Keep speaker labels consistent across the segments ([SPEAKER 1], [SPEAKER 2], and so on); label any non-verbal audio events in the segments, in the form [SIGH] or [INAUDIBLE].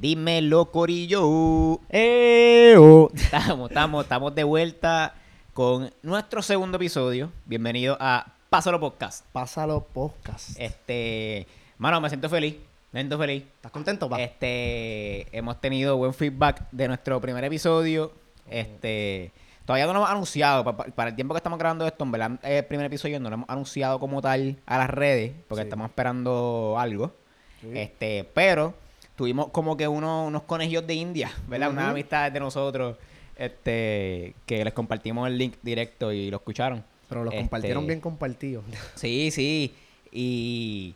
[SPEAKER 1] Dímelo, Corillo. ¡Eo! Estamos, estamos, estamos de vuelta con nuestro segundo episodio. Bienvenido a Pásalo Podcast.
[SPEAKER 2] Pásalo podcast.
[SPEAKER 1] Este, mano, me siento feliz. Me siento feliz.
[SPEAKER 2] ¿Estás contento,
[SPEAKER 1] eh,
[SPEAKER 2] pa?
[SPEAKER 1] Este, hemos tenido buen feedback de nuestro primer episodio. Este, todavía no lo hemos anunciado. pa- pa- Para, el tiempo que estamos grabando esto, en verdad, eh, el primer episodio no lo hemos anunciado como tal a las redes, porque
[SPEAKER 2] Sí.
[SPEAKER 1] estamos esperando algo.
[SPEAKER 2] Sí.
[SPEAKER 1] Este, pero tuvimos como que uno- unos conejillos de India, ¿verdad? Unas
[SPEAKER 2] Ujú.
[SPEAKER 1] amistades de nosotros, este, que les compartimos el link directo y lo escucharon.
[SPEAKER 2] Pero los
[SPEAKER 1] Este,
[SPEAKER 2] compartieron bien compartidos.
[SPEAKER 1] Sí, sí. Y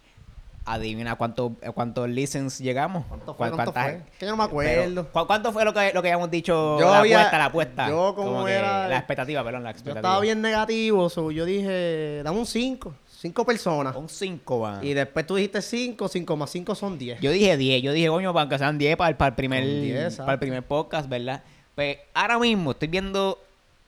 [SPEAKER 1] adivina cuánto- cuántos listens llegamos.
[SPEAKER 2] ¿Cuánto fue?
[SPEAKER 1] ¿Cuán-
[SPEAKER 2] ¿Cuánto
[SPEAKER 1] cuántas-
[SPEAKER 2] fue? Que yo no me
[SPEAKER 1] pero,
[SPEAKER 2] acuerdo.
[SPEAKER 1] ¿cu- ¿Cuánto fue lo que, lo que habíamos dicho?
[SPEAKER 2] Yo
[SPEAKER 1] la
[SPEAKER 2] había-
[SPEAKER 1] apuesta, la apuesta.
[SPEAKER 2] yo como
[SPEAKER 1] que
[SPEAKER 2] era-
[SPEAKER 1] La expectativa, perdón, la
[SPEAKER 2] Yo
[SPEAKER 1] expectativa.
[SPEAKER 2] estaba bien negativo, so yo dije, dame un 5. 5 personas.
[SPEAKER 1] Un 5,
[SPEAKER 2] Y después tú dijiste 5, 5 más 5 son 10.
[SPEAKER 1] Yo dije 10, yo dije, coño, para que sean 10 para, el- para el primer,
[SPEAKER 2] Son 10,
[SPEAKER 1] para el
[SPEAKER 2] exacto.
[SPEAKER 1] primer podcast, ¿verdad? Pues ahora mismo estoy viendo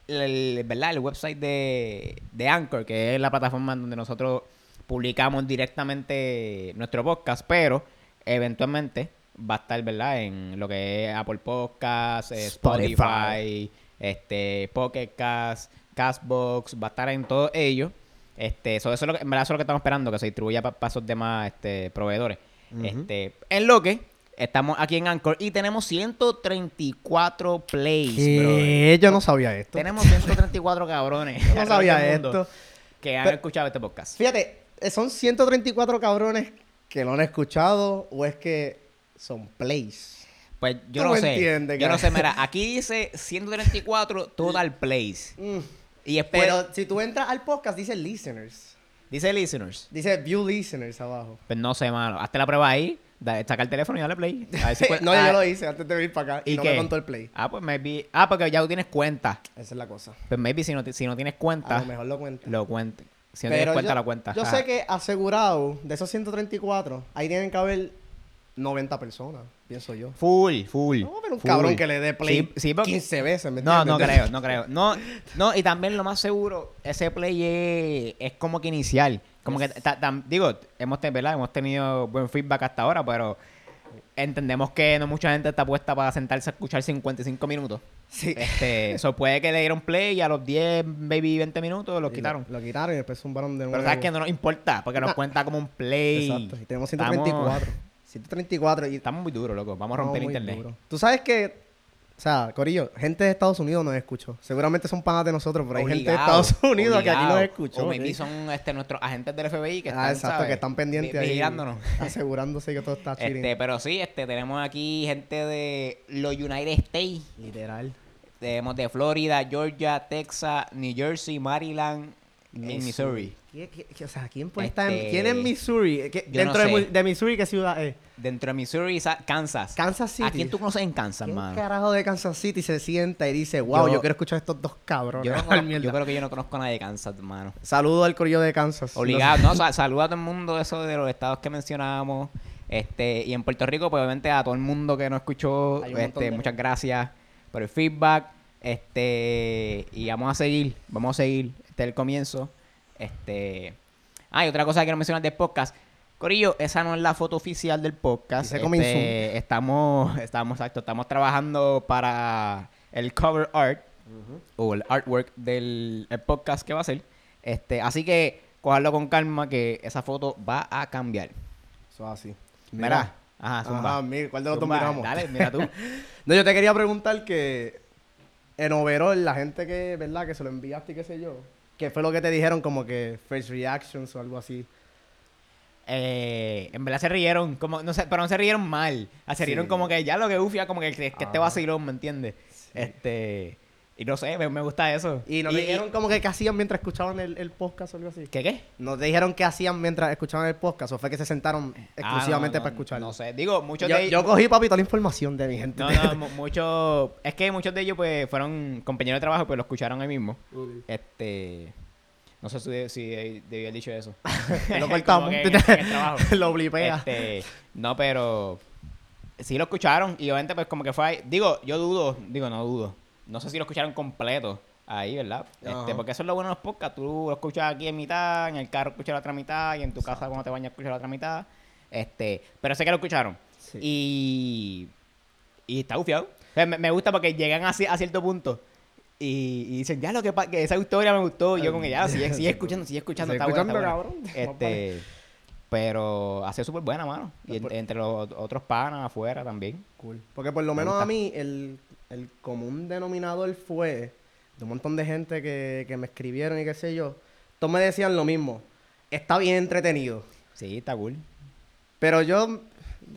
[SPEAKER 1] el, ¿verdad? el website de, de Anchor, que es la plataforma donde nosotros publicamos directamente nuestro podcast, pero eventualmente va a estar, ¿verdad? En lo que es Apple Podcasts, eh, Spotify,
[SPEAKER 2] Spotify.
[SPEAKER 1] este, Pocket Cast, Castbox, va a estar en todos ellos. Este, so, eso es lo que, en verdad, eso es lo que estamos esperando, que se distribuya para esos demás este, proveedores.
[SPEAKER 2] Ujú.
[SPEAKER 1] Este, en lo que estamos aquí en Anchor y tenemos 134 plays, brother.
[SPEAKER 2] ¿Qué? Yo no sabía esto.
[SPEAKER 1] Tenemos 134 cabrones.
[SPEAKER 2] Yo no
[SPEAKER 1] alrededor del
[SPEAKER 2] sabía
[SPEAKER 1] mundo
[SPEAKER 2] esto.
[SPEAKER 1] Que han
[SPEAKER 2] Pero-
[SPEAKER 1] escuchado este podcast.
[SPEAKER 2] Fíjate, eh, son 134 cabrones que no han escuchado o es que son plays.
[SPEAKER 1] Pues yo
[SPEAKER 2] Tú
[SPEAKER 1] no
[SPEAKER 2] me
[SPEAKER 1] sé.
[SPEAKER 2] entiendes,
[SPEAKER 1] yo no
[SPEAKER 2] cara.
[SPEAKER 1] sé, mira, aquí dice 134 total plays.
[SPEAKER 2] Mm.
[SPEAKER 1] Y después
[SPEAKER 2] Pero si tú entras al podcast, dice listeners.
[SPEAKER 1] dice listeners.
[SPEAKER 2] Dice view listeners abajo.
[SPEAKER 1] Pues no sé, mano. Hazte la prueba ahí, da- saca el teléfono y dale play. A
[SPEAKER 2] [LAUGHS]
[SPEAKER 1] ver si cuen-
[SPEAKER 2] no, yo
[SPEAKER 1] ah,
[SPEAKER 2] lo hice antes de venir para acá y,
[SPEAKER 1] ¿y
[SPEAKER 2] no
[SPEAKER 1] qué?
[SPEAKER 2] me contó el play.
[SPEAKER 1] Ah, pues maybe. Ah, porque ya tú tienes cuenta.
[SPEAKER 2] Esa es la cosa.
[SPEAKER 1] Pues maybe si no, ti- si no tienes
[SPEAKER 2] A
[SPEAKER 1] cuenta,
[SPEAKER 2] lo mejor lo cuenta.
[SPEAKER 1] lo cuente. Si no tienes
[SPEAKER 2] Pero
[SPEAKER 1] cuenta, Ah.
[SPEAKER 2] yo,
[SPEAKER 1] la cuenta.
[SPEAKER 2] Yo
[SPEAKER 1] Ajá.
[SPEAKER 2] sé que asegurado, de esos 134, ahí tienen que haber 90 personas, pienso yo.
[SPEAKER 1] Full, full.
[SPEAKER 2] No, pero un
[SPEAKER 1] full.
[SPEAKER 2] cabrón que le dé play
[SPEAKER 1] Sí, sí, pero-
[SPEAKER 2] 15 veces, ¿me
[SPEAKER 1] No,
[SPEAKER 2] entiendes?
[SPEAKER 1] no creo, no creo. No, no, y también lo más seguro, ese play es, es como que inicial. Como que, ta- tam- digo, hemos, te- ¿verdad? hemos tenido buen feedback hasta ahora, pero entendemos que no mucha gente está puesta para sentarse a escuchar 55 minutos.
[SPEAKER 2] [LAUGHS] Sí. [LAUGHS]
[SPEAKER 1] Este, eso puede que le dieron play y a los 10, maybe 20 minutos lo
[SPEAKER 2] Y
[SPEAKER 1] quitaron.
[SPEAKER 2] Lo, quitaron y después zumbaron de nuevo.
[SPEAKER 1] Pero sabes que no nos importa, porque nos
[SPEAKER 2] Nah.
[SPEAKER 1] cuenta como un play.
[SPEAKER 2] Exacto. Y tenemos
[SPEAKER 1] Estamos-
[SPEAKER 2] 134. 134 y
[SPEAKER 1] Estamos muy duros, loco. Vamos a romper
[SPEAKER 2] muy
[SPEAKER 1] internet.
[SPEAKER 2] duro. Tú sabes que, o sea, Corillo, gente de Estados Unidos nos escuchó. Seguramente son panas de nosotros, pero hay gente de
[SPEAKER 1] Obligado,
[SPEAKER 2] Estados Unidos que aquí
[SPEAKER 1] obligado.
[SPEAKER 2] nos escuchó.
[SPEAKER 1] O maybe
[SPEAKER 2] ¿sí?
[SPEAKER 1] son este, nuestros agentes del FBI que están,
[SPEAKER 2] ah, exacto,
[SPEAKER 1] ¿sabes?
[SPEAKER 2] que están pendientes
[SPEAKER 1] vi-
[SPEAKER 2] ahí. Ah,
[SPEAKER 1] Vigilándonos.
[SPEAKER 2] [LAUGHS] Asegurándose que todo está chilling.
[SPEAKER 1] Este, pero sí, este, tenemos aquí gente de los United States.
[SPEAKER 2] Literal.
[SPEAKER 1] Tenemos de Florida, Georgia, Texas, New Jersey, Maryland, y Missouri.
[SPEAKER 2] ¿Qué- qué- qué- o sea, ¿quién puede estar en,
[SPEAKER 1] Este,
[SPEAKER 2] ¿Quién es Missouri? ¿Qué-
[SPEAKER 1] yo no
[SPEAKER 2] dentro de
[SPEAKER 1] sé.
[SPEAKER 2] Mu- de, Missouri, ¿qué ciudad es?
[SPEAKER 1] Dentro de Missouri, sa- Kansas.
[SPEAKER 2] Kansas City.
[SPEAKER 1] ¿A quién tú conoces en Kansas,
[SPEAKER 2] ¿Quién
[SPEAKER 1] mano?
[SPEAKER 2] carajo de Kansas City se sienta y dice, wow,
[SPEAKER 1] Yo-
[SPEAKER 2] yo, quiero escuchar a estos dos cabrones?
[SPEAKER 1] Yo, no
[SPEAKER 2] [LAUGHS] hablar
[SPEAKER 1] conozco-
[SPEAKER 2] mierda"?
[SPEAKER 1] yo creo que yo no conozco a nadie de Kansas, mano.
[SPEAKER 2] Saludo al corillo de Kansas.
[SPEAKER 1] Obligado, no, sa- saluda a todo el mundo eso de los estados que mencionábamos. Este, y en Puerto Rico, pues obviamente a todo el mundo que nos escuchó,
[SPEAKER 2] Hay un montón
[SPEAKER 1] este,
[SPEAKER 2] de
[SPEAKER 1] muchas gracias por el feedback. Este, y vamos a seguir, vamos a seguir. Este es el comienzo. Este. Ah, y otra cosa que quiero mencionar del podcast. Corillo, esa no es la foto oficial del podcast.
[SPEAKER 2] Dice coming
[SPEAKER 1] Este, estamos, [LAUGHS] estamos, exacto, estamos trabajando para el cover art o el artwork del el podcast que va a ser. Este, así que cogerlo con calma que esa foto va a cambiar.
[SPEAKER 2] Eso es así.
[SPEAKER 1] Mira. Ajá, Ah, zumba.
[SPEAKER 2] Ajá, mira, ¿cuál de los dos
[SPEAKER 1] Zumba,
[SPEAKER 2] miramos?
[SPEAKER 1] Dale, mira tú.
[SPEAKER 2] [LAUGHS] No, yo te quería preguntar que en overall, la gente que, ¿verdad? Que se lo enviaste y qué sé yo. ¿Qué fue lo que te dijeron como que first reactions o algo así?
[SPEAKER 1] Eh, en verdad se rieron, como, no sé, pero no se rieron mal. Ah, Se
[SPEAKER 2] Sí.
[SPEAKER 1] rieron como que ya lo que ufia, como que, que este
[SPEAKER 2] Ah.
[SPEAKER 1] vacilón, ¿me entiendes? Este. Y no sé, me, me gusta eso.
[SPEAKER 2] Y no te dijeron como que qué hacían mientras escuchaban el, el podcast o algo así.
[SPEAKER 1] ¿Qué qué?
[SPEAKER 2] No te dijeron qué hacían mientras escuchaban el podcast o fue que se sentaron
[SPEAKER 1] Ah,
[SPEAKER 2] exclusivamente
[SPEAKER 1] no, no,
[SPEAKER 2] para escucharlo.
[SPEAKER 1] No sé, digo, muchos
[SPEAKER 2] yo,
[SPEAKER 1] de
[SPEAKER 2] yo cogí, papi, toda la información de mi gente. [LAUGHS]
[SPEAKER 1] No, no, mu- muchos. Es que muchos de ellos, pues, fueron compañeros de trabajo, pues lo escucharon ahí mismo. Este. No sé si, de- si de- debí haber dicho eso.
[SPEAKER 2] [LAUGHS] Lo
[SPEAKER 1] [LAUGHS] Como
[SPEAKER 2] cortamos. [LAUGHS]
[SPEAKER 1] que en- en el trabajo.
[SPEAKER 2] lo blipea.
[SPEAKER 1] Este, no, pero. Sí lo escucharon y obviamente, pues, como que fue ahí. Digo, yo dudo, digo, no dudo. No sé si lo escucharon completo ahí, ¿verdad? Este,
[SPEAKER 2] Ajá.
[SPEAKER 1] porque eso es lo bueno de los podcasts. Tú lo escuchas aquí en mitad, en el carro escuchas la otra mitad y en tu casa cuando te bañas escuchas la otra mitad. Este, pero sé que lo escucharon.
[SPEAKER 2] Sí.
[SPEAKER 1] Y Y está bufiado. O sea, me, me gusta porque llegan así, a cierto punto y, y dicen, ya lo que, pa- que esa historia me gustó. Y yo con ella, sigue,
[SPEAKER 2] [LAUGHS]
[SPEAKER 1] sigue escuchando, sigue escuchando.
[SPEAKER 2] Sigue
[SPEAKER 1] está buena,
[SPEAKER 2] escuchando,
[SPEAKER 1] está buena".
[SPEAKER 2] cabrón. Vamos
[SPEAKER 1] Este, pero hace súper buena, mano. Y en-
[SPEAKER 2] Por-
[SPEAKER 1] entre los otros panas afuera también.
[SPEAKER 2] Cool. Porque por lo menos
[SPEAKER 1] gusta.
[SPEAKER 2] a mí el, el común denominador fue de un montón de gente que, que me escribieron y qué sé yo. Todos me decían lo mismo. Está bien entretenido.
[SPEAKER 1] Sí, está cool.
[SPEAKER 2] Pero yo...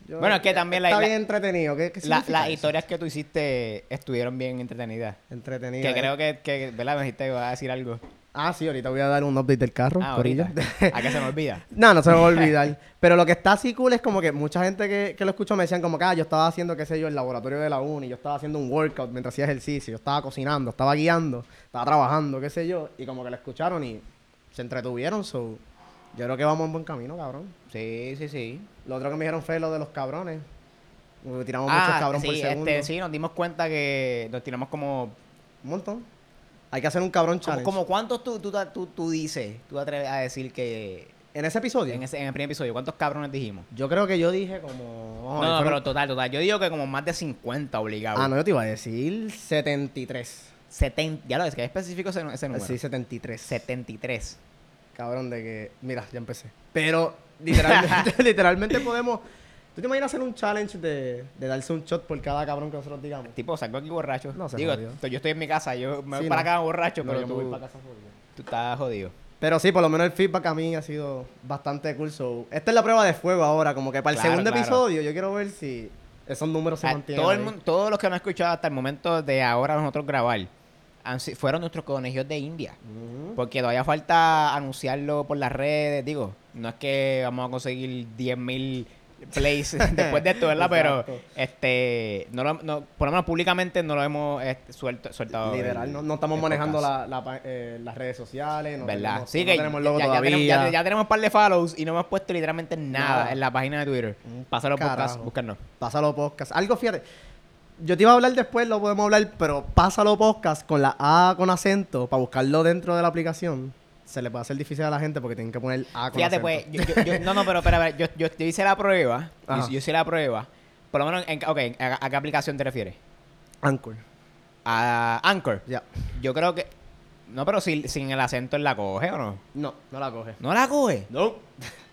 [SPEAKER 2] yo-
[SPEAKER 1] Bueno, es que también la-
[SPEAKER 2] Está
[SPEAKER 1] la-
[SPEAKER 2] bien entretenido. ¿Qué, qué
[SPEAKER 1] La-
[SPEAKER 2] significa
[SPEAKER 1] las
[SPEAKER 2] eso?
[SPEAKER 1] historias que tú hiciste estuvieron bien entretenidas.
[SPEAKER 2] Entretenido.
[SPEAKER 1] Que
[SPEAKER 2] eh.
[SPEAKER 1] creo que, que ¿verdad? Me dijiste que vas a decir algo.
[SPEAKER 2] Ah, sí, ahorita voy a dar un update del carro.
[SPEAKER 1] Ah,
[SPEAKER 2] corillo.
[SPEAKER 1] ahorita.
[SPEAKER 2] [LAUGHS]
[SPEAKER 1] ¿A qué se me olvida?
[SPEAKER 2] No, no se me va a olvidar. [LAUGHS] Pero lo que está así cool es como que mucha gente que, que lo escuchó me decían como que ah, yo estaba haciendo, qué sé yo, el laboratorio de la uni, yo estaba haciendo un workout mientras hacía ejercicio, yo estaba cocinando, estaba guiando, estaba trabajando, qué sé yo, y como que lo escucharon y se entretuvieron, so yo creo que vamos en buen camino, cabrón.
[SPEAKER 1] Sí, sí, sí.
[SPEAKER 2] Lo otro que me dijeron fue lo de los cabrones. Como que Tiramos muchos
[SPEAKER 1] Ah,
[SPEAKER 2] cabrones por
[SPEAKER 1] sí,
[SPEAKER 2] segundo.
[SPEAKER 1] este, sí, nos dimos cuenta que nos tiramos como...
[SPEAKER 2] Un montón. Hay que hacer un cabrón
[SPEAKER 1] Como,
[SPEAKER 2] challenge.
[SPEAKER 1] como cuántos tú, tú, tú, tú dices, tú te atreves a decir que...
[SPEAKER 2] En ese episodio,
[SPEAKER 1] En, ese- en el primer episodio, ¿cuántos cabrones dijimos?
[SPEAKER 2] yo creo que yo dije como... vamos a
[SPEAKER 1] No,
[SPEAKER 2] ver,
[SPEAKER 1] no,
[SPEAKER 2] fueron-
[SPEAKER 1] pero total, total. Yo digo que como más de 50 obligados.
[SPEAKER 2] Ah, no, yo te iba a decir 73.
[SPEAKER 1] 70, ya lo ves, que es específico ese, nu- ese número.
[SPEAKER 2] Sí, 73.
[SPEAKER 1] 73.
[SPEAKER 2] Cabrón, de que. Mira, ya empecé. Pero
[SPEAKER 1] [LAUGHS]
[SPEAKER 2] literalmente, [LAUGHS] literalmente podemos. ¿Tú te imaginas hacer un challenge de, de darse un shot por cada cabrón que nosotros digamos?
[SPEAKER 1] Tipo, salgo aquí borracho.
[SPEAKER 2] No, se
[SPEAKER 1] digo,
[SPEAKER 2] jodió.
[SPEAKER 1] t- yo estoy en mi casa, yo me voy
[SPEAKER 2] Sí,
[SPEAKER 1] para
[SPEAKER 2] no.
[SPEAKER 1] acá borracho,
[SPEAKER 2] No,
[SPEAKER 1] pero
[SPEAKER 2] yo me
[SPEAKER 1] tú,
[SPEAKER 2] voy pa' casa jodido.
[SPEAKER 1] tú estás jodido.
[SPEAKER 2] Pero sí, por lo menos el feedback a mí ha sido bastante cool. so, Esta es la prueba de fuego ahora, como que para el
[SPEAKER 1] Claro,
[SPEAKER 2] segundo
[SPEAKER 1] claro.
[SPEAKER 2] episodio yo quiero ver si esos números se
[SPEAKER 1] Ah,
[SPEAKER 2] mantienen.
[SPEAKER 1] todo el
[SPEAKER 2] ahí.
[SPEAKER 1] mundo- todos los que nos han escuchado hasta el momento de ahora nosotros grabar han si- fueron nuestros colegios de India.
[SPEAKER 2] Ujú.
[SPEAKER 1] Porque todavía falta anunciarlo por las redes. Digo, no es que vamos a conseguir
[SPEAKER 2] [LAUGHS]
[SPEAKER 1] 10.000 plays después de esto, ¿verdad? Pero
[SPEAKER 2] Exacto.
[SPEAKER 1] este no lo- no- por lo menos públicamente no lo hemos este, suelto, soltado.
[SPEAKER 2] Literal,
[SPEAKER 1] el-
[SPEAKER 2] no, no estamos
[SPEAKER 1] el
[SPEAKER 2] manejando
[SPEAKER 1] podcast.
[SPEAKER 2] la- la pa- eh, las redes sociales, no,
[SPEAKER 1] ¿Verdad?
[SPEAKER 2] Tenemos,
[SPEAKER 1] sí,
[SPEAKER 2] no
[SPEAKER 1] que
[SPEAKER 2] tenemos logo
[SPEAKER 1] ya, ya
[SPEAKER 2] todavía.
[SPEAKER 1] tenemos, ya- ya tenemos un par de follows y no hemos puesto literalmente nada,
[SPEAKER 2] Nada.
[SPEAKER 1] en la página de Twitter.
[SPEAKER 2] Un
[SPEAKER 1] Pásalo por podcast,
[SPEAKER 2] carajo.
[SPEAKER 1] búscanos.
[SPEAKER 2] Pásalo podcast. Algo, fíjate. Yo te iba a hablar después, lo podemos hablar, pero pásalo podcast con la A con acento para buscarlo dentro de la aplicación. Se le va a hacer difícil a la gente porque tienen que poner A con
[SPEAKER 1] Fíjate,
[SPEAKER 2] acento.
[SPEAKER 1] pues, yo, yo- yo- no, no, pero, pero, pero, yo, yo, yo hice la prueba,
[SPEAKER 2] Ajá.
[SPEAKER 1] yo, yo hice la prueba, por lo menos, en, ok, ¿a, a qué aplicación te refieres?
[SPEAKER 2] Anchor.
[SPEAKER 1] A Anchor.
[SPEAKER 2] Ya.
[SPEAKER 1] Yo creo que, no, pero si, sin el acento él la coge o no.
[SPEAKER 2] No, no la coge.
[SPEAKER 1] ¿No la coge?
[SPEAKER 2] No.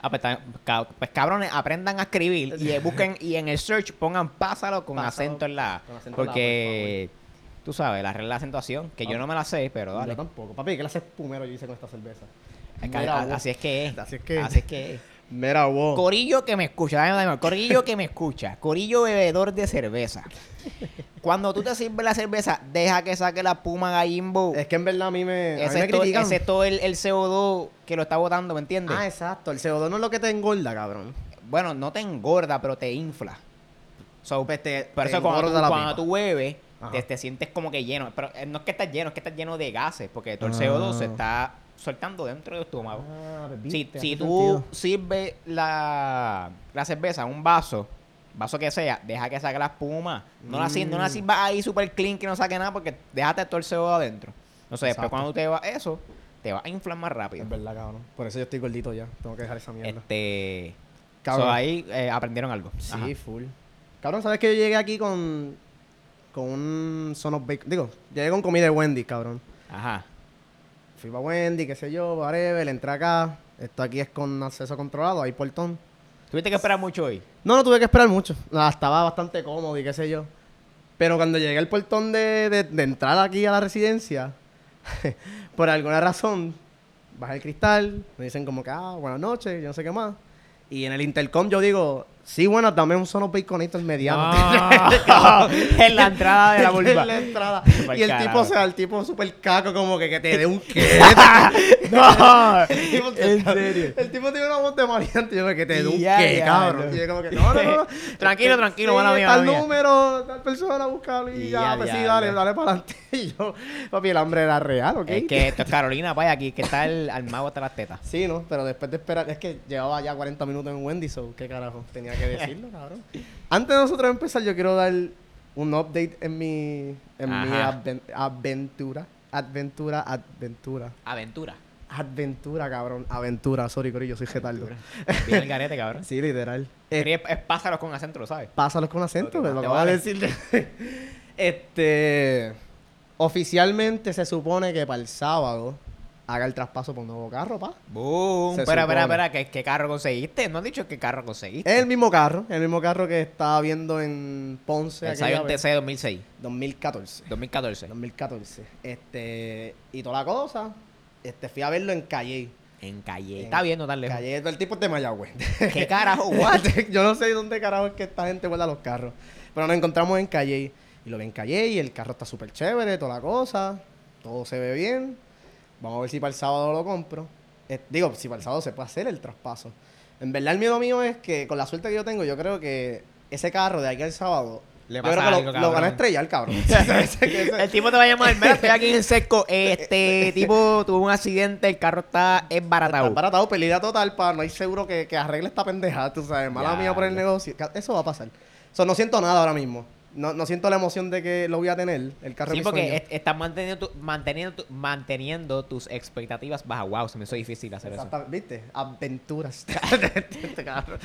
[SPEAKER 1] Ah, pues, está- ca- pues, cabrones, aprendan a escribir y eh, busquen, y en el search pongan pásalo con
[SPEAKER 2] Pásalo
[SPEAKER 1] acento en la A,
[SPEAKER 2] con acento en la A,
[SPEAKER 1] porque... Tú sabes, la regla de acentuación, que yo
[SPEAKER 2] Ah.
[SPEAKER 1] no me la sé, pero
[SPEAKER 2] Yo
[SPEAKER 1] dale.
[SPEAKER 2] tampoco. Papi, ¿qué le haces primero yo hice con esta cerveza?
[SPEAKER 1] Es que-
[SPEAKER 2] Mira
[SPEAKER 1] a-
[SPEAKER 2] vos.
[SPEAKER 1] así es que es.
[SPEAKER 2] Así es que-
[SPEAKER 1] Así es que es.
[SPEAKER 2] Mira vos.
[SPEAKER 1] Corillo que me escucha, dame, dame, corillo que me escucha, corillo bebedor de cerveza. Cuando tú te sirves la cerveza, deja que saque la puma gallimbo.
[SPEAKER 2] Es que en verdad a mí me, a mí
[SPEAKER 1] Ese
[SPEAKER 2] me
[SPEAKER 1] es, todo,
[SPEAKER 2] critican.
[SPEAKER 1] ese es todo el, el CO2 que lo está botando, ¿me entiendes?
[SPEAKER 2] Ah, exacto. El CO2 no es lo que te engorda, cabrón.
[SPEAKER 1] bueno, no te engorda, pero te infla. So,
[SPEAKER 2] Pues te-
[SPEAKER 1] por
[SPEAKER 2] te
[SPEAKER 1] eso cuando,
[SPEAKER 2] engorda
[SPEAKER 1] tú,
[SPEAKER 2] la
[SPEAKER 1] cuando
[SPEAKER 2] pipa.
[SPEAKER 1] tú bebes,
[SPEAKER 2] Ajá.
[SPEAKER 1] te, te sientes como que lleno. Pero eh, no es que estás lleno, es que estás lleno de gases, porque todo el
[SPEAKER 2] Ah.
[SPEAKER 1] CO2 se está soltando dentro de tu estómago.
[SPEAKER 2] Ah, pues,
[SPEAKER 1] Si,
[SPEAKER 2] viste,
[SPEAKER 1] si
[SPEAKER 2] hace
[SPEAKER 1] tú
[SPEAKER 2] sentido.
[SPEAKER 1] sirves la, la cerveza en un vaso, vaso que sea, deja que saque la espuma. No, la, sir- no la
[SPEAKER 2] Mm.
[SPEAKER 1] sirvas ahí super clean que no saque nada porque déjate todo el CO2 adentro. No sé, después
[SPEAKER 2] Exacto.
[SPEAKER 1] cuando te va eso, te va a inflar más rápido.
[SPEAKER 2] Es verdad, cabrón. Por eso yo estoy gordito ya. Tengo que dejar esa mierda.
[SPEAKER 1] Este.
[SPEAKER 2] Cabrón.
[SPEAKER 1] so, ahí eh, aprendieron algo.
[SPEAKER 2] Sí,
[SPEAKER 1] Ajá.
[SPEAKER 2] full. Cabrón, ¿sabes que yo llegué aquí con. con un son of bacon? Digo, llegué con comida de Wendy, cabrón.
[SPEAKER 1] Ajá.
[SPEAKER 2] Fui para Wendy, qué sé yo, whatever, entré acá. Esto aquí es con acceso controlado, hay portón.
[SPEAKER 1] Tuviste que esperar mucho hoy.
[SPEAKER 2] No, no tuve que esperar mucho. Nada, estaba bastante cómodo y qué sé yo. Pero cuando llegué al portón de, de, de entrar aquí a la residencia, [LAUGHS] por alguna razón, baja el cristal, me dicen como que, ah, buenas noches, yo no sé qué más. Y en el intercom yo digo, sí, bueno, dame un solo baconito el mediano.
[SPEAKER 1] No. [LAUGHS] en la entrada
[SPEAKER 2] [LAUGHS]
[SPEAKER 1] de la
[SPEAKER 2] En la
[SPEAKER 1] vulva.
[SPEAKER 2] entrada.
[SPEAKER 1] Pa'l
[SPEAKER 2] Y el tipo,
[SPEAKER 1] carajo.
[SPEAKER 2] o sea, el tipo súper caco, como que, que te
[SPEAKER 1] [LAUGHS]
[SPEAKER 2] dé un qué.
[SPEAKER 1] no.
[SPEAKER 2] en serio. El tipo tiene una voz de maleante. Yo, que te dé un
[SPEAKER 1] Ya,
[SPEAKER 2] qué,
[SPEAKER 1] ya,
[SPEAKER 2] cabrón.
[SPEAKER 1] no.
[SPEAKER 2] Y yo, como que, no, no, no.
[SPEAKER 1] [LAUGHS] Tranquilo, tranquilo, mala mía,
[SPEAKER 2] Tal
[SPEAKER 1] mala mía.
[SPEAKER 2] número, tal persona, buscarlo y,
[SPEAKER 1] Y
[SPEAKER 2] ya,
[SPEAKER 1] ya,
[SPEAKER 2] pues sí,
[SPEAKER 1] ya,
[SPEAKER 2] dale,
[SPEAKER 1] ya.
[SPEAKER 2] dale para adelante. [LAUGHS] Y yo, papi, el hambre era real, ¿ok?
[SPEAKER 1] Es que esto es Carolina, vaya aquí, que está el al mago hasta las tetas.
[SPEAKER 2] Sí, ¿no? Pero después de esperar, es que llevaba ya 40 minutos en Wendy, so, ¿qué carajo? Tenía
[SPEAKER 1] [LAUGHS]
[SPEAKER 2] que decirlo, cabrón. Antes de nosotros empezar, yo quiero dar un update en mi, en mi
[SPEAKER 1] Ajá.
[SPEAKER 2] adven- aventura. Adventura, adventura.
[SPEAKER 1] Aventura.
[SPEAKER 2] Adventura, cabrón. Aventura, sorry, Corillo, soy getardo.
[SPEAKER 1] Bien el garete, cabrón.
[SPEAKER 2] Sí, literal. Eh,
[SPEAKER 1] Es, es pájaros con acento, ¿lo sabes?
[SPEAKER 2] Pásalos con acento,
[SPEAKER 1] Ok,
[SPEAKER 2] pero
[SPEAKER 1] no
[SPEAKER 2] lo
[SPEAKER 1] te
[SPEAKER 2] acabo
[SPEAKER 1] vale.
[SPEAKER 2] de decir. [LAUGHS] este. Oficialmente se supone que para el sábado haga el traspaso por un nuevo carro, pa.
[SPEAKER 1] Boom.
[SPEAKER 2] Se
[SPEAKER 1] Espera, espera,
[SPEAKER 2] supone.
[SPEAKER 1] espera. ¿Qué, qué carro conseguiste? No han dicho qué carro conseguiste.
[SPEAKER 2] Es el mismo carro, el mismo carro que estaba viendo en Ponce.
[SPEAKER 1] El
[SPEAKER 2] aquella
[SPEAKER 1] Scion
[SPEAKER 2] vez.
[SPEAKER 1] TC 2006.
[SPEAKER 2] 2014.
[SPEAKER 1] 2014.
[SPEAKER 2] 2014. Este. Y toda la cosa. Este, fui a verlo en Calle.
[SPEAKER 1] En calle.
[SPEAKER 2] En
[SPEAKER 1] Está bien, no tan lejos.
[SPEAKER 2] Calle, el tipo es de Mayagüez. [LAUGHS]
[SPEAKER 1] ¿Qué carajo? What?
[SPEAKER 2] Yo no sé dónde carajo es que esta gente vuela los carros. Pero nos encontramos en Calle. Y lo vi en Calle y el carro está súper chévere, toda la cosa. Todo se ve bien. Vamos a ver si para el sábado lo compro. Eh, digo, si para el sábado se puede hacer el traspaso. En verdad, el miedo mío es que con la suerte que yo tengo, yo creo que ese carro de aquí al sábado.
[SPEAKER 1] Le
[SPEAKER 2] yo
[SPEAKER 1] pasa
[SPEAKER 2] creo que lo-
[SPEAKER 1] algo,
[SPEAKER 2] lo,
[SPEAKER 1] cabrón.
[SPEAKER 2] van a
[SPEAKER 1] [LAUGHS]
[SPEAKER 2] estrellar, cabrón. [LAUGHS]
[SPEAKER 1] El tipo te va a llamar, mira, estoy aquí en el seco.
[SPEAKER 2] [LAUGHS]
[SPEAKER 1] Este tipo tuvo un accidente, el carro está
[SPEAKER 2] Está
[SPEAKER 1] embaratado.
[SPEAKER 2] baratado, pelea total, para no hay seguro que, que arregle esta pendejada, tú sabes, mala
[SPEAKER 1] Ya,
[SPEAKER 2] mía por el
[SPEAKER 1] ya.
[SPEAKER 2] negocio. Ca- Eso va a pasar. O sea, no siento nada ahora mismo. No, no siento la emoción de que lo voy a tener, el carro de
[SPEAKER 1] Sí,
[SPEAKER 2] mis
[SPEAKER 1] porque
[SPEAKER 2] sueños.
[SPEAKER 1] es- estás manteniendo, tu- manteniendo, tu- manteniendo tus expectativas bajas. Wow, se me hizo difícil hacer eso.
[SPEAKER 2] Exacta- ¿Viste? Aventuras. [LAUGHS] este, cabrón.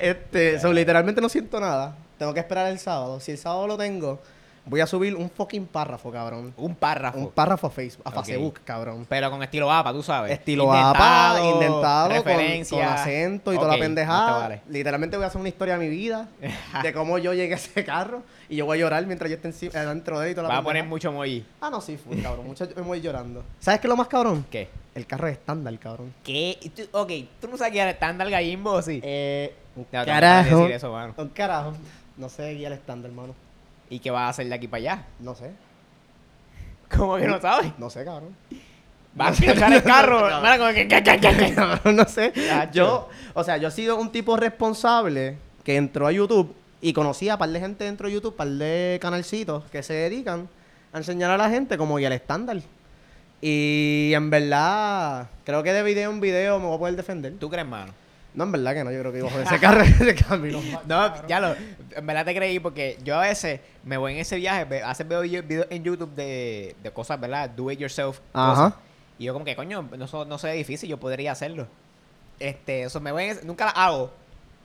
[SPEAKER 2] Este, so, literalmente no siento nada. Tengo que esperar el sábado. Si el sábado lo tengo, voy a subir un fucking párrafo, cabrón.
[SPEAKER 1] Un párrafo.
[SPEAKER 2] Un párrafo a Facebook, a
[SPEAKER 1] Ok.
[SPEAKER 2] Facebook, cabrón.
[SPEAKER 1] pero con estilo APA, tú sabes.
[SPEAKER 2] Estilo APA, indentado, con-
[SPEAKER 1] Pues, referencia.
[SPEAKER 2] con, acento y toda
[SPEAKER 1] Ok,
[SPEAKER 2] la
[SPEAKER 1] no te
[SPEAKER 2] pendejada.
[SPEAKER 1] vale.
[SPEAKER 2] Literalmente voy a hacer una historia de mi vida,
[SPEAKER 1] [LAUGHS]
[SPEAKER 2] de cómo yo llegué a ese carro y yo voy a llorar mientras yo esté encima- adentro de él y toda la
[SPEAKER 1] Va a
[SPEAKER 2] pendejada.
[SPEAKER 1] poner mucho moji.
[SPEAKER 2] Ah, no, sí, fui, cabrón. Mucho me voy llorando. ¿Sabes qué es lo más cabrón?
[SPEAKER 1] ¿Qué?
[SPEAKER 2] El carro es estándar, cabrón.
[SPEAKER 1] ¿Qué? ¿Y tú- ok, ¿tú no sabes guiar estándar gallimbo o sí?
[SPEAKER 2] Eh, un
[SPEAKER 1] No, no, no
[SPEAKER 2] carajo.
[SPEAKER 1] decir eso, mano.
[SPEAKER 2] Un carajo. No sé guía el estándar, hermano.
[SPEAKER 1] ¿Y qué vas a hacer de aquí para allá? [LAUGHS]
[SPEAKER 2] No sé.
[SPEAKER 1] ¿Cómo que no sabes?
[SPEAKER 2] No sé, cabrón.
[SPEAKER 1] [LAUGHS] Vas a echar el carro. Mira, como que- que- que- que- que-
[SPEAKER 2] [LAUGHS] Cabrón, no sé.
[SPEAKER 1] Chacho.
[SPEAKER 2] Yo, o sea, yo he sido un tipo responsable que entró a YouTube y conocía a par de gente dentro de YouTube, par de canalcitos que se dedican a enseñar a la gente como y el estándar. Y en verdad, creo que de video en video me voy a poder defender.
[SPEAKER 1] ¿Tú crees, mano?
[SPEAKER 2] No, en verdad que no, yo creo que iba a
[SPEAKER 1] [LAUGHS]
[SPEAKER 2] joder ese carro [LAUGHS] ese camino.
[SPEAKER 1] No, ya lo. En verdad te creí porque yo a veces me voy en ese viaje, ve- a veces veo yo- videos en YouTube de, de cosas, ¿verdad? Do it yourself.
[SPEAKER 2] Ajá.
[SPEAKER 1] cosas. Y yo, como que, coño, no, so- no sé difícil, yo podría hacerlo. Este, eso me voy en ese- Nunca las hago,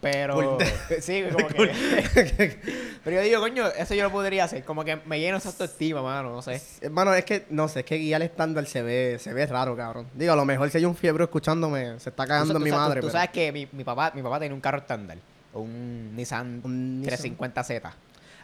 [SPEAKER 1] pero. [LAUGHS] sí, como que. [LAUGHS] pero yo digo, coño, eso yo lo podría hacer. Como que me lleno esa autoestima, mano, no sé.
[SPEAKER 2] Hermano, es que, no sé, es que guía el estándar se ve, se ve raro, cabrón. Digo, a lo mejor si hay un fiebre escuchándome, se está
[SPEAKER 1] Tú
[SPEAKER 2] cagando
[SPEAKER 1] sa- tú
[SPEAKER 2] mi
[SPEAKER 1] sa- tú-
[SPEAKER 2] madre.
[SPEAKER 1] Tú,
[SPEAKER 2] pero-
[SPEAKER 1] sabes que mi, mi papá, mi papá tenía un carro estándar, un Nissan
[SPEAKER 2] Un Nissan.
[SPEAKER 1] 350Z.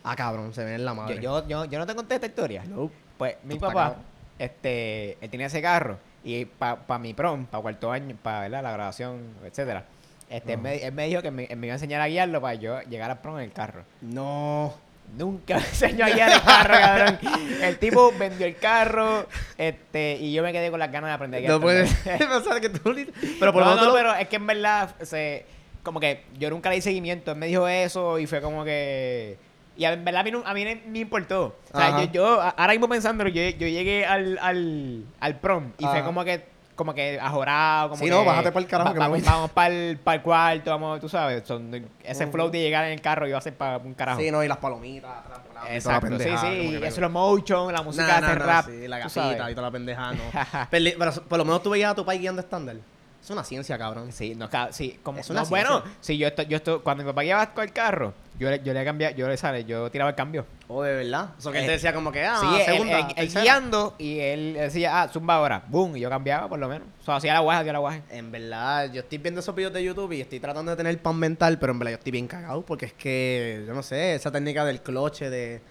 [SPEAKER 2] Ah, cabrón, se ve en la
[SPEAKER 1] Yo,
[SPEAKER 2] madre.
[SPEAKER 1] yo, yo, yo no te conté esta historia.
[SPEAKER 2] Nope.
[SPEAKER 1] Pues mi
[SPEAKER 2] Está
[SPEAKER 1] papá,
[SPEAKER 2] cabrón.
[SPEAKER 1] este, él tenía ese carro y para mi prom, para cuarto año, para la grabación, etcétera. Este, él, me, él me dijo que me, él me iba a enseñar a guiarlo para yo llegar al prom en el carro.
[SPEAKER 2] No.
[SPEAKER 1] Nunca [LAUGHS] me enseñó a guiar el carro, cabrón. El tipo vendió el carro, este, y yo me quedé con las ganas de aprender a guiar.
[SPEAKER 2] No puede
[SPEAKER 1] también.
[SPEAKER 2] ser, [LAUGHS] o sea, que tú li- Pero por
[SPEAKER 1] no,
[SPEAKER 2] lo
[SPEAKER 1] no,
[SPEAKER 2] menos.
[SPEAKER 1] pero es que en verdad, se, como que yo nunca le di seguimiento. Él me dijo eso y fue como que. Y en verdad a mí, no- a mí no me importó. O sea,
[SPEAKER 2] Ajá.
[SPEAKER 1] yo, yo, a- ahora mismo pensándolo, yo, yo llegué al, al, al prom y fue
[SPEAKER 2] Ajá.
[SPEAKER 1] como que, como que ajorado, como
[SPEAKER 2] Sí,
[SPEAKER 1] que.
[SPEAKER 2] no, bájate pa'l carajo que me
[SPEAKER 1] vamos
[SPEAKER 2] voy.
[SPEAKER 1] vamos pa'l, pa'l cuarto, vamos, tú sabes. son- ese
[SPEAKER 2] Ujú.
[SPEAKER 1] flow de llegar en el carro iba a ser para un carajo.
[SPEAKER 2] Sí, no, y las palomitas, atrás, por la- y toda la
[SPEAKER 1] Exacto, sí,
[SPEAKER 2] pendejada, como
[SPEAKER 1] sí.
[SPEAKER 2] que-
[SPEAKER 1] Eso es lo motion, la
[SPEAKER 2] Nah,
[SPEAKER 1] música
[SPEAKER 2] nah,
[SPEAKER 1] de
[SPEAKER 2] nah,
[SPEAKER 1] rap.
[SPEAKER 2] sí, la
[SPEAKER 1] tú
[SPEAKER 2] gafita
[SPEAKER 1] sabes.
[SPEAKER 2] y toda la pendejada, no.
[SPEAKER 1] [LAUGHS]
[SPEAKER 2] Pero, li- pero por lo menos tú veías a tu país guiando estándar. Es una ciencia, cabrón.
[SPEAKER 1] Sí, no, ca- sí, como
[SPEAKER 2] Es una
[SPEAKER 1] no, bueno,
[SPEAKER 2] ciencia.
[SPEAKER 1] sí, yo estoy, yo estoy, cuando mi papá llevaba el carro, yo le, yo le cambiaba, yo le sale, yo tiraba el cambio.
[SPEAKER 2] O de verdad. Eso que él
[SPEAKER 1] Eh,
[SPEAKER 2] te decía como que, ah,
[SPEAKER 1] sí, él-
[SPEAKER 2] segunda,
[SPEAKER 1] él, él
[SPEAKER 2] tercera.
[SPEAKER 1] guiando y él decía, ah, zumba ahora, boom, y yo cambiaba por lo menos. O sea, hacía la guaja, hacía la guaja.
[SPEAKER 2] En verdad, yo estoy viendo esos videos de YouTube y estoy tratando de tener pan mental, pero en verdad yo estoy bien cagado porque es que, yo no sé, esa técnica del cloche, de,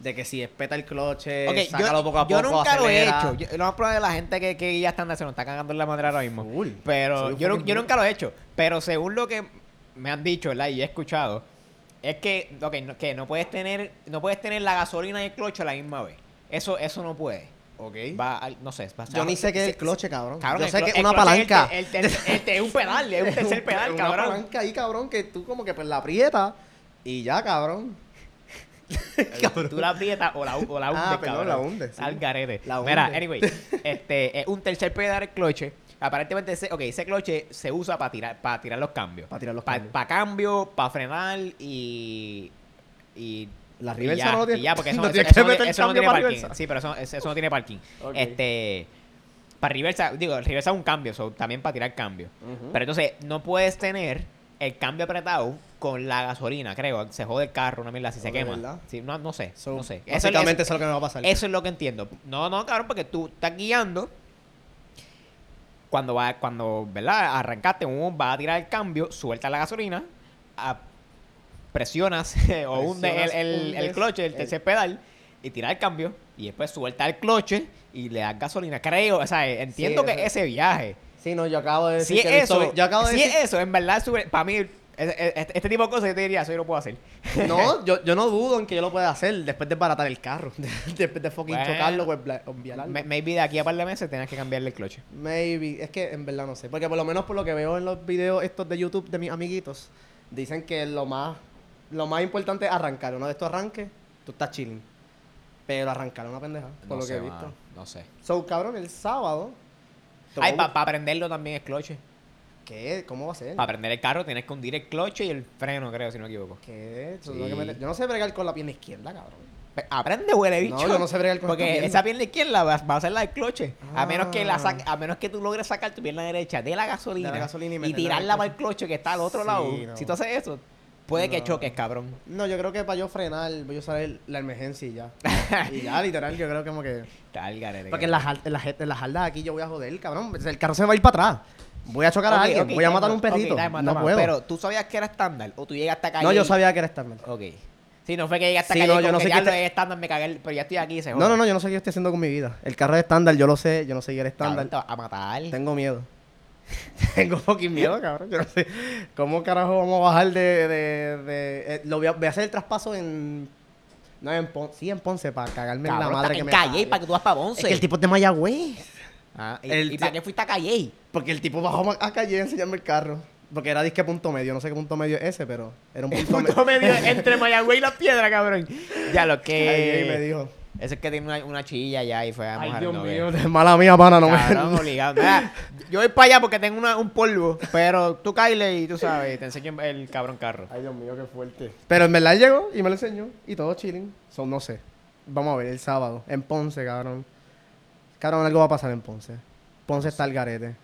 [SPEAKER 2] de que si espeta el cloche,
[SPEAKER 1] Ok,
[SPEAKER 2] Eh, sácalo
[SPEAKER 1] yo,
[SPEAKER 2] poco a
[SPEAKER 1] yo
[SPEAKER 2] poco,
[SPEAKER 1] nunca
[SPEAKER 2] acelera.
[SPEAKER 1] lo he hecho. Yo, lo más probable es la gente que, que guía estándar se nos está cagando en la madre ahora mismo.
[SPEAKER 2] Full. Soy
[SPEAKER 1] Pero
[SPEAKER 2] un
[SPEAKER 1] yo, nu-
[SPEAKER 2] fucking
[SPEAKER 1] yo
[SPEAKER 2] duro.
[SPEAKER 1] nunca lo he hecho. Pero según lo que me han dicho, ¿verdad? Y he escuchado, es que, ok, no, que no puedes tener, no puedes tener la gasolina y el cloche a la misma vez. Eso, eso no puede.
[SPEAKER 2] Ok.
[SPEAKER 1] Va, al- no sé. va-
[SPEAKER 2] Yo ni sé qué es el
[SPEAKER 1] se-
[SPEAKER 2] cloche, cabrón.
[SPEAKER 1] Cabrón,
[SPEAKER 2] Yo
[SPEAKER 1] el
[SPEAKER 2] sé
[SPEAKER 1] clo-
[SPEAKER 2] que es
[SPEAKER 1] el
[SPEAKER 2] una
[SPEAKER 1] cloche es el
[SPEAKER 2] palanca.
[SPEAKER 1] te- el te- el te- Es un pedal,
[SPEAKER 2] [LAUGHS]
[SPEAKER 1] es un tercer pedal,
[SPEAKER 2] Una
[SPEAKER 1] cabrón.
[SPEAKER 2] palanca ahí, cabrón, que tú como que pues la aprietas y ya, [LAUGHS] cabrón.
[SPEAKER 1] Tú la aprietas o la, o la hundes,
[SPEAKER 2] Ah, perdón,
[SPEAKER 1] cabrón.
[SPEAKER 2] la hundes, sí.
[SPEAKER 1] Al garete.
[SPEAKER 2] La
[SPEAKER 1] Mira,
[SPEAKER 2] hundes. [LAUGHS]
[SPEAKER 1] anyway, este, es un tercer pedal el cloche. Aparentemente, ese, ok, ese cloche se usa para tirar, para tirar los cambios.
[SPEAKER 2] Para tirar los
[SPEAKER 1] Para
[SPEAKER 2] cambios.
[SPEAKER 1] cambio, para frenar y... y
[SPEAKER 2] La
[SPEAKER 1] y
[SPEAKER 2] reversa
[SPEAKER 1] ya,
[SPEAKER 2] no lo tiene-
[SPEAKER 1] Y ya, porque eso
[SPEAKER 2] [LAUGHS] no
[SPEAKER 1] eso-
[SPEAKER 2] tienes que
[SPEAKER 1] eso no
[SPEAKER 2] meter
[SPEAKER 1] tiene- eso no
[SPEAKER 2] cambio
[SPEAKER 1] tiene
[SPEAKER 2] para
[SPEAKER 1] parking.
[SPEAKER 2] reversa.
[SPEAKER 1] Sí, pero eso, eso no tiene parking.
[SPEAKER 2] Ok.
[SPEAKER 1] Este... Para reversa, digo, reversa es un cambio, so, también para tirar cambio. Pero entonces, no puedes tener el cambio apretado con la gasolina, creo. Se jode el carro, una mierda, si se
[SPEAKER 2] Creo que
[SPEAKER 1] quema.
[SPEAKER 2] verdad.
[SPEAKER 1] Sí, no, no sé,
[SPEAKER 2] So,
[SPEAKER 1] no sé. Eso es-
[SPEAKER 2] Básicamente eso es lo que me va a pasar.
[SPEAKER 1] Eso es lo que entiendo. No, no, cabrón, porque tú estás guiando. Cuando va, cuando, ¿verdad? Arrancaste, un vas a tirar el cambio, suelta la gasolina, a- presionas [LAUGHS] o hunde el,
[SPEAKER 2] Presionas,
[SPEAKER 1] el, el
[SPEAKER 2] hundes
[SPEAKER 1] cloche, el
[SPEAKER 2] el-
[SPEAKER 1] tercer pedal, y tira el cambio, y después suelta el cloche y le das gasolina. Creo, o sea, entiendo
[SPEAKER 2] Sí,
[SPEAKER 1] que
[SPEAKER 2] eso-
[SPEAKER 1] ese viaje.
[SPEAKER 2] Sí, no, yo acabo de decir
[SPEAKER 1] Si es
[SPEAKER 2] que he visto-
[SPEAKER 1] eso,
[SPEAKER 2] yo acabo de
[SPEAKER 1] si
[SPEAKER 2] decir-
[SPEAKER 1] es eso, en verdad, para mí, es- es- este, este tipo de cosas yo te diría, eso yo no puedo hacer.
[SPEAKER 2] [LAUGHS] No, yo, yo no dudo en que yo lo pueda hacer después de baratar el carro. [LAUGHS] después de fucking
[SPEAKER 1] Bueno.
[SPEAKER 2] chocarlo o embla- enviarlo.
[SPEAKER 1] Me- Maybe de aquí a par de meses tengas que cambiarle el cloche.
[SPEAKER 2] Maybe. Es que en verdad no sé. Porque por lo menos por lo que veo en los videos estos de YouTube de mis amiguitos, dicen que lo más, lo más importante es arrancar. Uno de estos arranques, tú estás chilling. Pero arrancar es una pendeja, por lo que he visto.
[SPEAKER 1] no sé.
[SPEAKER 2] So, cabrón, el sábado. te
[SPEAKER 1] Ay,
[SPEAKER 2] voy a
[SPEAKER 1] para aprenderlo también es cloche.
[SPEAKER 2] bu- ¿Qué? ¿Cómo va a ser?
[SPEAKER 1] Para aprender el carro tienes que hundir el cloche y el freno, creo, si no me equivoco.
[SPEAKER 2] ¿Qué? Eso es lo
[SPEAKER 1] Sí.
[SPEAKER 2] que me- Yo no sé bregar con la pierna izquierda, cabrón.
[SPEAKER 1] Pe- Pues, Aprende, huele bicho.
[SPEAKER 2] No, yo no sé bregar con
[SPEAKER 1] Porque
[SPEAKER 2] esta pierna.
[SPEAKER 1] esa pierna izquierda va, va a ser la del cloche. A
[SPEAKER 2] Ah.
[SPEAKER 1] menos que la saque- a menos que tú logres sacar tu pierna derecha de la gasolina,
[SPEAKER 2] De la gasolina y
[SPEAKER 1] y,
[SPEAKER 2] meterla en el
[SPEAKER 1] tirarla
[SPEAKER 2] cloche.
[SPEAKER 1] para el cloche que está al otro
[SPEAKER 2] Sí,
[SPEAKER 1] lado.
[SPEAKER 2] no.
[SPEAKER 1] Si tú haces eso, puede que
[SPEAKER 2] No.
[SPEAKER 1] choques, cabrón.
[SPEAKER 2] No, yo creo que para yo frenar voy a usar el- la emergencia y ya.
[SPEAKER 1] [LAUGHS]
[SPEAKER 2] y ya, literal, yo creo que como que...
[SPEAKER 1] Tálgale.
[SPEAKER 2] Porque en las jal- en las en las jardas aquí yo voy a joder, cabrón. Pues El carro se va a ir para atrás. Voy a chocar a alguien, voy a matar a un perrito. no puedo.
[SPEAKER 1] Pero tú sabías que era estándar o tú llegaste a calle.
[SPEAKER 2] no, yo
[SPEAKER 1] y-
[SPEAKER 2] sabía que era estándar.
[SPEAKER 1] Ok. Sí, no fue que llegaste a
[SPEAKER 2] Sí,
[SPEAKER 1] calle.
[SPEAKER 2] no,
[SPEAKER 1] como
[SPEAKER 2] yo no
[SPEAKER 1] que
[SPEAKER 2] sé
[SPEAKER 1] ya
[SPEAKER 2] qué
[SPEAKER 1] lo
[SPEAKER 2] te-
[SPEAKER 1] es estándar, me cagué, el- pero ya estoy aquí. Se
[SPEAKER 2] No, no, no, yo no sé qué yo estoy haciendo con mi vida. El carro es estándar, yo lo sé, yo no sé que era estándar.
[SPEAKER 1] a matar.
[SPEAKER 2] Tengo miedo. [LAUGHS] Tengo fucking miedo, cabrón. Yo no sé. ¿Cómo carajo vamos a bajar de. de, de- eh, lo voy, a, voy a hacer el traspaso en. No, en Ponce. Sí, en Ponce, para cagarme en
[SPEAKER 1] Cabrón,
[SPEAKER 2] la madre
[SPEAKER 1] está
[SPEAKER 2] que
[SPEAKER 1] en
[SPEAKER 2] me.
[SPEAKER 1] Calle
[SPEAKER 2] parió.
[SPEAKER 1] para que tú vas para Ponce.
[SPEAKER 2] Es que el tipo es de Mayagüez.
[SPEAKER 1] Ah, ¿Y,
[SPEAKER 2] el
[SPEAKER 1] y
[SPEAKER 2] ti-
[SPEAKER 1] para qué fuiste a Calle?
[SPEAKER 2] [LAUGHS] Porque el tipo bajó ma- a Calle a enseñarme el carro. Porque era disque punto medio. No sé qué punto medio es ese, pero era un punto, medio.
[SPEAKER 1] medio entre Mayagüey y la piedra, cabrón. Ya lo
[SPEAKER 2] Calle y me dijo. [LAUGHS]
[SPEAKER 1] Eso es que tiene una, una chilla ya y fue a
[SPEAKER 2] Ay,
[SPEAKER 1] mojar
[SPEAKER 2] Dios
[SPEAKER 1] el novio.
[SPEAKER 2] mío, mala mía, pana, no
[SPEAKER 1] Cabrón,
[SPEAKER 2] [LAUGHS] me.
[SPEAKER 1] obligado. Mira, yo voy para allá porque tengo una- un polvo. Pero tú cáile y tú sabes, te enseño el cabrón carro.
[SPEAKER 2] Ay, Dios mío, qué fuerte. Pero en verdad él llegó y me lo enseñó. Y todo chilling. Son, no sé. Vamos a ver el sábado. En Ponce, cabrón. Cabrón, algo va a pasar en Ponce. Ponce está al garete.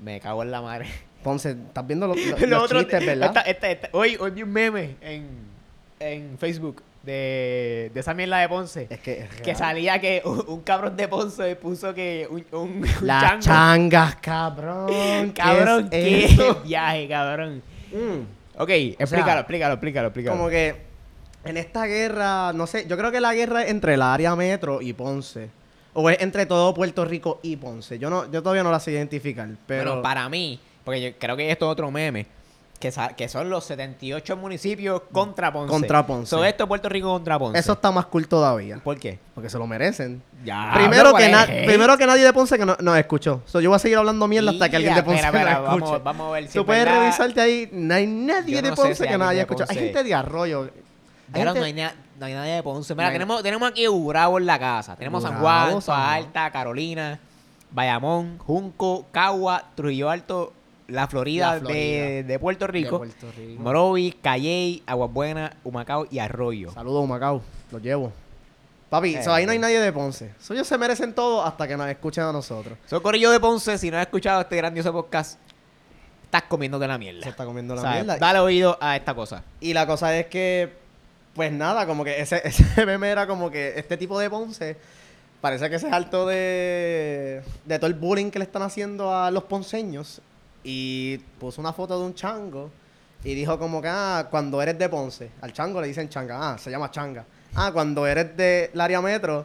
[SPEAKER 1] Me cago en la madre.
[SPEAKER 2] Ponce, estás viendo lo-
[SPEAKER 1] [LAUGHS]
[SPEAKER 2] lo-
[SPEAKER 1] Lo
[SPEAKER 2] los
[SPEAKER 1] otro-
[SPEAKER 2] chistes, ¿verdad?
[SPEAKER 1] esta- esta- esta- hoy, hoy vi un meme en, en Facebook de, de esa mierda de Ponce.
[SPEAKER 2] Es que. es
[SPEAKER 1] Que
[SPEAKER 2] real.
[SPEAKER 1] salía que un, un cabrón de Ponce puso que un, un, un
[SPEAKER 2] Las
[SPEAKER 1] chango.
[SPEAKER 2] changas, cabrón.
[SPEAKER 1] Cabrón,
[SPEAKER 2] ¿qué
[SPEAKER 1] qué,
[SPEAKER 2] es eso?
[SPEAKER 1] viaje, cabrón.
[SPEAKER 2] Mm.
[SPEAKER 1] Ok, explícalo, explícalo, explícalo, explícalo.
[SPEAKER 2] Como que en esta guerra, no sé, yo creo que la guerra es entre el área metro y Ponce. O es entre todo Puerto Rico y Ponce. Yo no, yo todavía no la sé identificar, pero.
[SPEAKER 1] Bueno, para mí, porque yo creo que esto es otro meme, que, sa- que son los 78 municipios contra Ponce.
[SPEAKER 2] Contra Ponce.
[SPEAKER 1] Todo esto es Puerto Rico contra Ponce.
[SPEAKER 2] eso está más cool todavía.
[SPEAKER 1] ¿Por qué?
[SPEAKER 2] Porque se lo merecen.
[SPEAKER 1] Ya.
[SPEAKER 2] primero,
[SPEAKER 1] hablo, pues.
[SPEAKER 2] que na- primero que nadie de Ponce que no, nos escuchó. So, yo voy a seguir hablando mierda hasta que alguien de
[SPEAKER 1] Ya,
[SPEAKER 2] Ponce
[SPEAKER 1] espera, espera,
[SPEAKER 2] la escuche.
[SPEAKER 1] vamos, vamos a ver si
[SPEAKER 2] Tú
[SPEAKER 1] es
[SPEAKER 2] puedes
[SPEAKER 1] verdad.
[SPEAKER 2] revisarte ahí. No hay nadie
[SPEAKER 1] Yo
[SPEAKER 2] de
[SPEAKER 1] no sé
[SPEAKER 2] Ponce
[SPEAKER 1] si
[SPEAKER 2] que
[SPEAKER 1] alguien
[SPEAKER 2] no
[SPEAKER 1] de
[SPEAKER 2] haya escuchado. Hay
[SPEAKER 1] Ponce.
[SPEAKER 2] gente de arroyo. Hay
[SPEAKER 1] Claro,
[SPEAKER 2] gente-
[SPEAKER 1] no, hay na- no hay nadie de Ponce. Mira,
[SPEAKER 2] No hay-
[SPEAKER 1] tenemos, tenemos aquí Urabo en la casa. Tenemos San
[SPEAKER 2] Gurabo,
[SPEAKER 1] Juan,
[SPEAKER 2] San
[SPEAKER 1] Toa
[SPEAKER 2] Juan.
[SPEAKER 1] Alta, Carolina, Bayamón, Junco, Cagua, Trujillo Alto, la Florida,
[SPEAKER 2] La Florida.
[SPEAKER 1] De, de Puerto
[SPEAKER 2] de
[SPEAKER 1] Rico,
[SPEAKER 2] Puerto Rico.
[SPEAKER 1] Morovis, Calley, Aguas Buenas, Humacao y Arroyo.
[SPEAKER 2] Saludos, Macao. Los llevo. Papi,
[SPEAKER 1] Eh,
[SPEAKER 2] so, ahí no hay nadie de Ponce. So, ellos se merecen todo hasta que nos escuchen a nosotros.
[SPEAKER 1] Soy Corillo de Ponce. Si no has escuchado este grandioso podcast, estás comiendo de la
[SPEAKER 2] Se
[SPEAKER 1] mierda.
[SPEAKER 2] está comiendo la
[SPEAKER 1] O sea,
[SPEAKER 2] mierda.
[SPEAKER 1] Dale oído a esta cosa.
[SPEAKER 2] Y la cosa es que, pues nada, como que ese, [LAUGHS] ese meme era como que este tipo de Ponce parece que se harto de, de todo el bullying que le están haciendo a los ponceños. Y puso una foto de un chango y dijo como que, ah, cuando eres de Ponce, al chango le dicen changa, ah, se llama changa. Ah, cuando eres del área metro,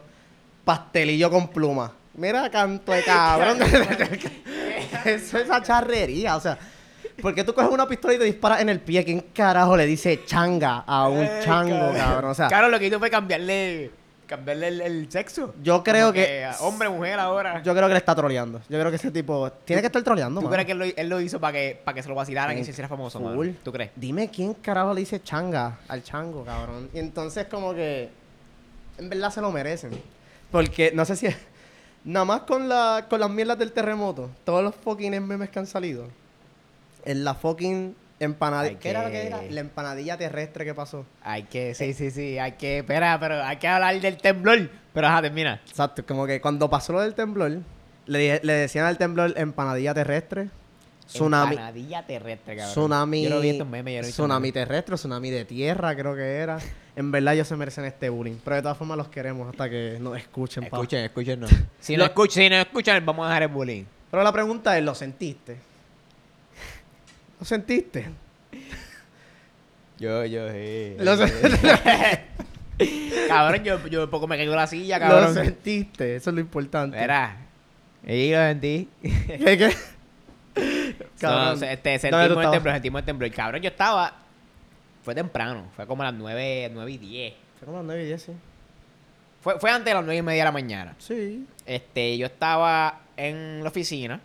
[SPEAKER 2] pastelillo con pluma. Mira, canto de cabrón. [LAUGHS] Eso es esa charrería, o sea. Porque tú coges una pistola y te disparas en el pie. ¿Quién carajo le dice changa a un
[SPEAKER 1] Ay,
[SPEAKER 2] chango, cabrón? O sea,
[SPEAKER 1] claro, lo que hizo fue cambiarle, cambiarle el, el sexo.
[SPEAKER 2] yo creo
[SPEAKER 1] Como
[SPEAKER 2] que, ah,
[SPEAKER 1] a Hombre, mujer, ahora.
[SPEAKER 2] Yo creo que le está troleando. Yo creo que ese tipo. Tiene que estar troleando,
[SPEAKER 1] ¿Tú
[SPEAKER 2] mano.
[SPEAKER 1] crees que él lo, él lo hizo para que, para que se lo vacilaran y
[SPEAKER 2] Bien,
[SPEAKER 1] se hiciera famoso,
[SPEAKER 2] full.
[SPEAKER 1] mano? ¿Tú crees?
[SPEAKER 2] Dime quién carajo le dice changa al chango, cabrón. Y entonces, como que. En verdad se lo merecen. Porque no sé si es. Nada más con, la, con las mierdas del terremoto. Todos los fucking memes que han salido. En la fucking
[SPEAKER 1] Ay,
[SPEAKER 2] empanadilla. ¿Qué era lo que
[SPEAKER 1] qué-
[SPEAKER 2] era? La empanadilla terrestre que pasó.
[SPEAKER 1] Hay que, sí, sí, sí, hay que, espera, pero hay que hablar del temblor. Pero ajá, termina.
[SPEAKER 2] Exacto, como que cuando pasó lo del temblor, Le, le decían al temblor empanadilla terrestre, tsunami,
[SPEAKER 1] Empanadilla terrestre, cabrón.
[SPEAKER 2] tsunami,
[SPEAKER 1] Yo lo vi en estos memes, yo lo vi en estos
[SPEAKER 2] tsunami
[SPEAKER 1] memes.
[SPEAKER 2] terrestre, tsunami de tierra, creo que era. En verdad ellos se merecen este bullying, pero de todas formas los queremos hasta que nos escuchen. pa.
[SPEAKER 1] Escuchen, escuchen, no. Si
[SPEAKER 2] Lo-
[SPEAKER 1] no escuchan, si no escuchan, vamos a dejar el
[SPEAKER 2] [LAUGHS]
[SPEAKER 1] bullying.
[SPEAKER 2] Pero la pregunta es, ¿lo sentiste? ¿Lo sentiste?
[SPEAKER 1] Yo, yo, sí.
[SPEAKER 2] ¿Lo, sen-
[SPEAKER 1] [LAUGHS] Cabrón, yo, yo poco me caigo de la silla,
[SPEAKER 2] lo
[SPEAKER 1] cabrón.
[SPEAKER 2] sentiste? Eso es lo importante.
[SPEAKER 1] Verá. Y lo sentí.
[SPEAKER 2] [LAUGHS] ¿Qué, qué? Cabrón.
[SPEAKER 1] No, este,
[SPEAKER 2] ¿Dónde
[SPEAKER 1] sentimos
[SPEAKER 2] tú
[SPEAKER 1] el
[SPEAKER 2] estabas?
[SPEAKER 1] temblor, sentimos el temblor. Cabrón, yo estaba... Fue temprano. Fue como a las 9, 9 y 10.
[SPEAKER 2] Fue como las 9 y 10, sí.
[SPEAKER 1] Fue, fue antes de las 9 y media de la mañana.
[SPEAKER 2] Sí.
[SPEAKER 1] Este, yo estaba en la oficina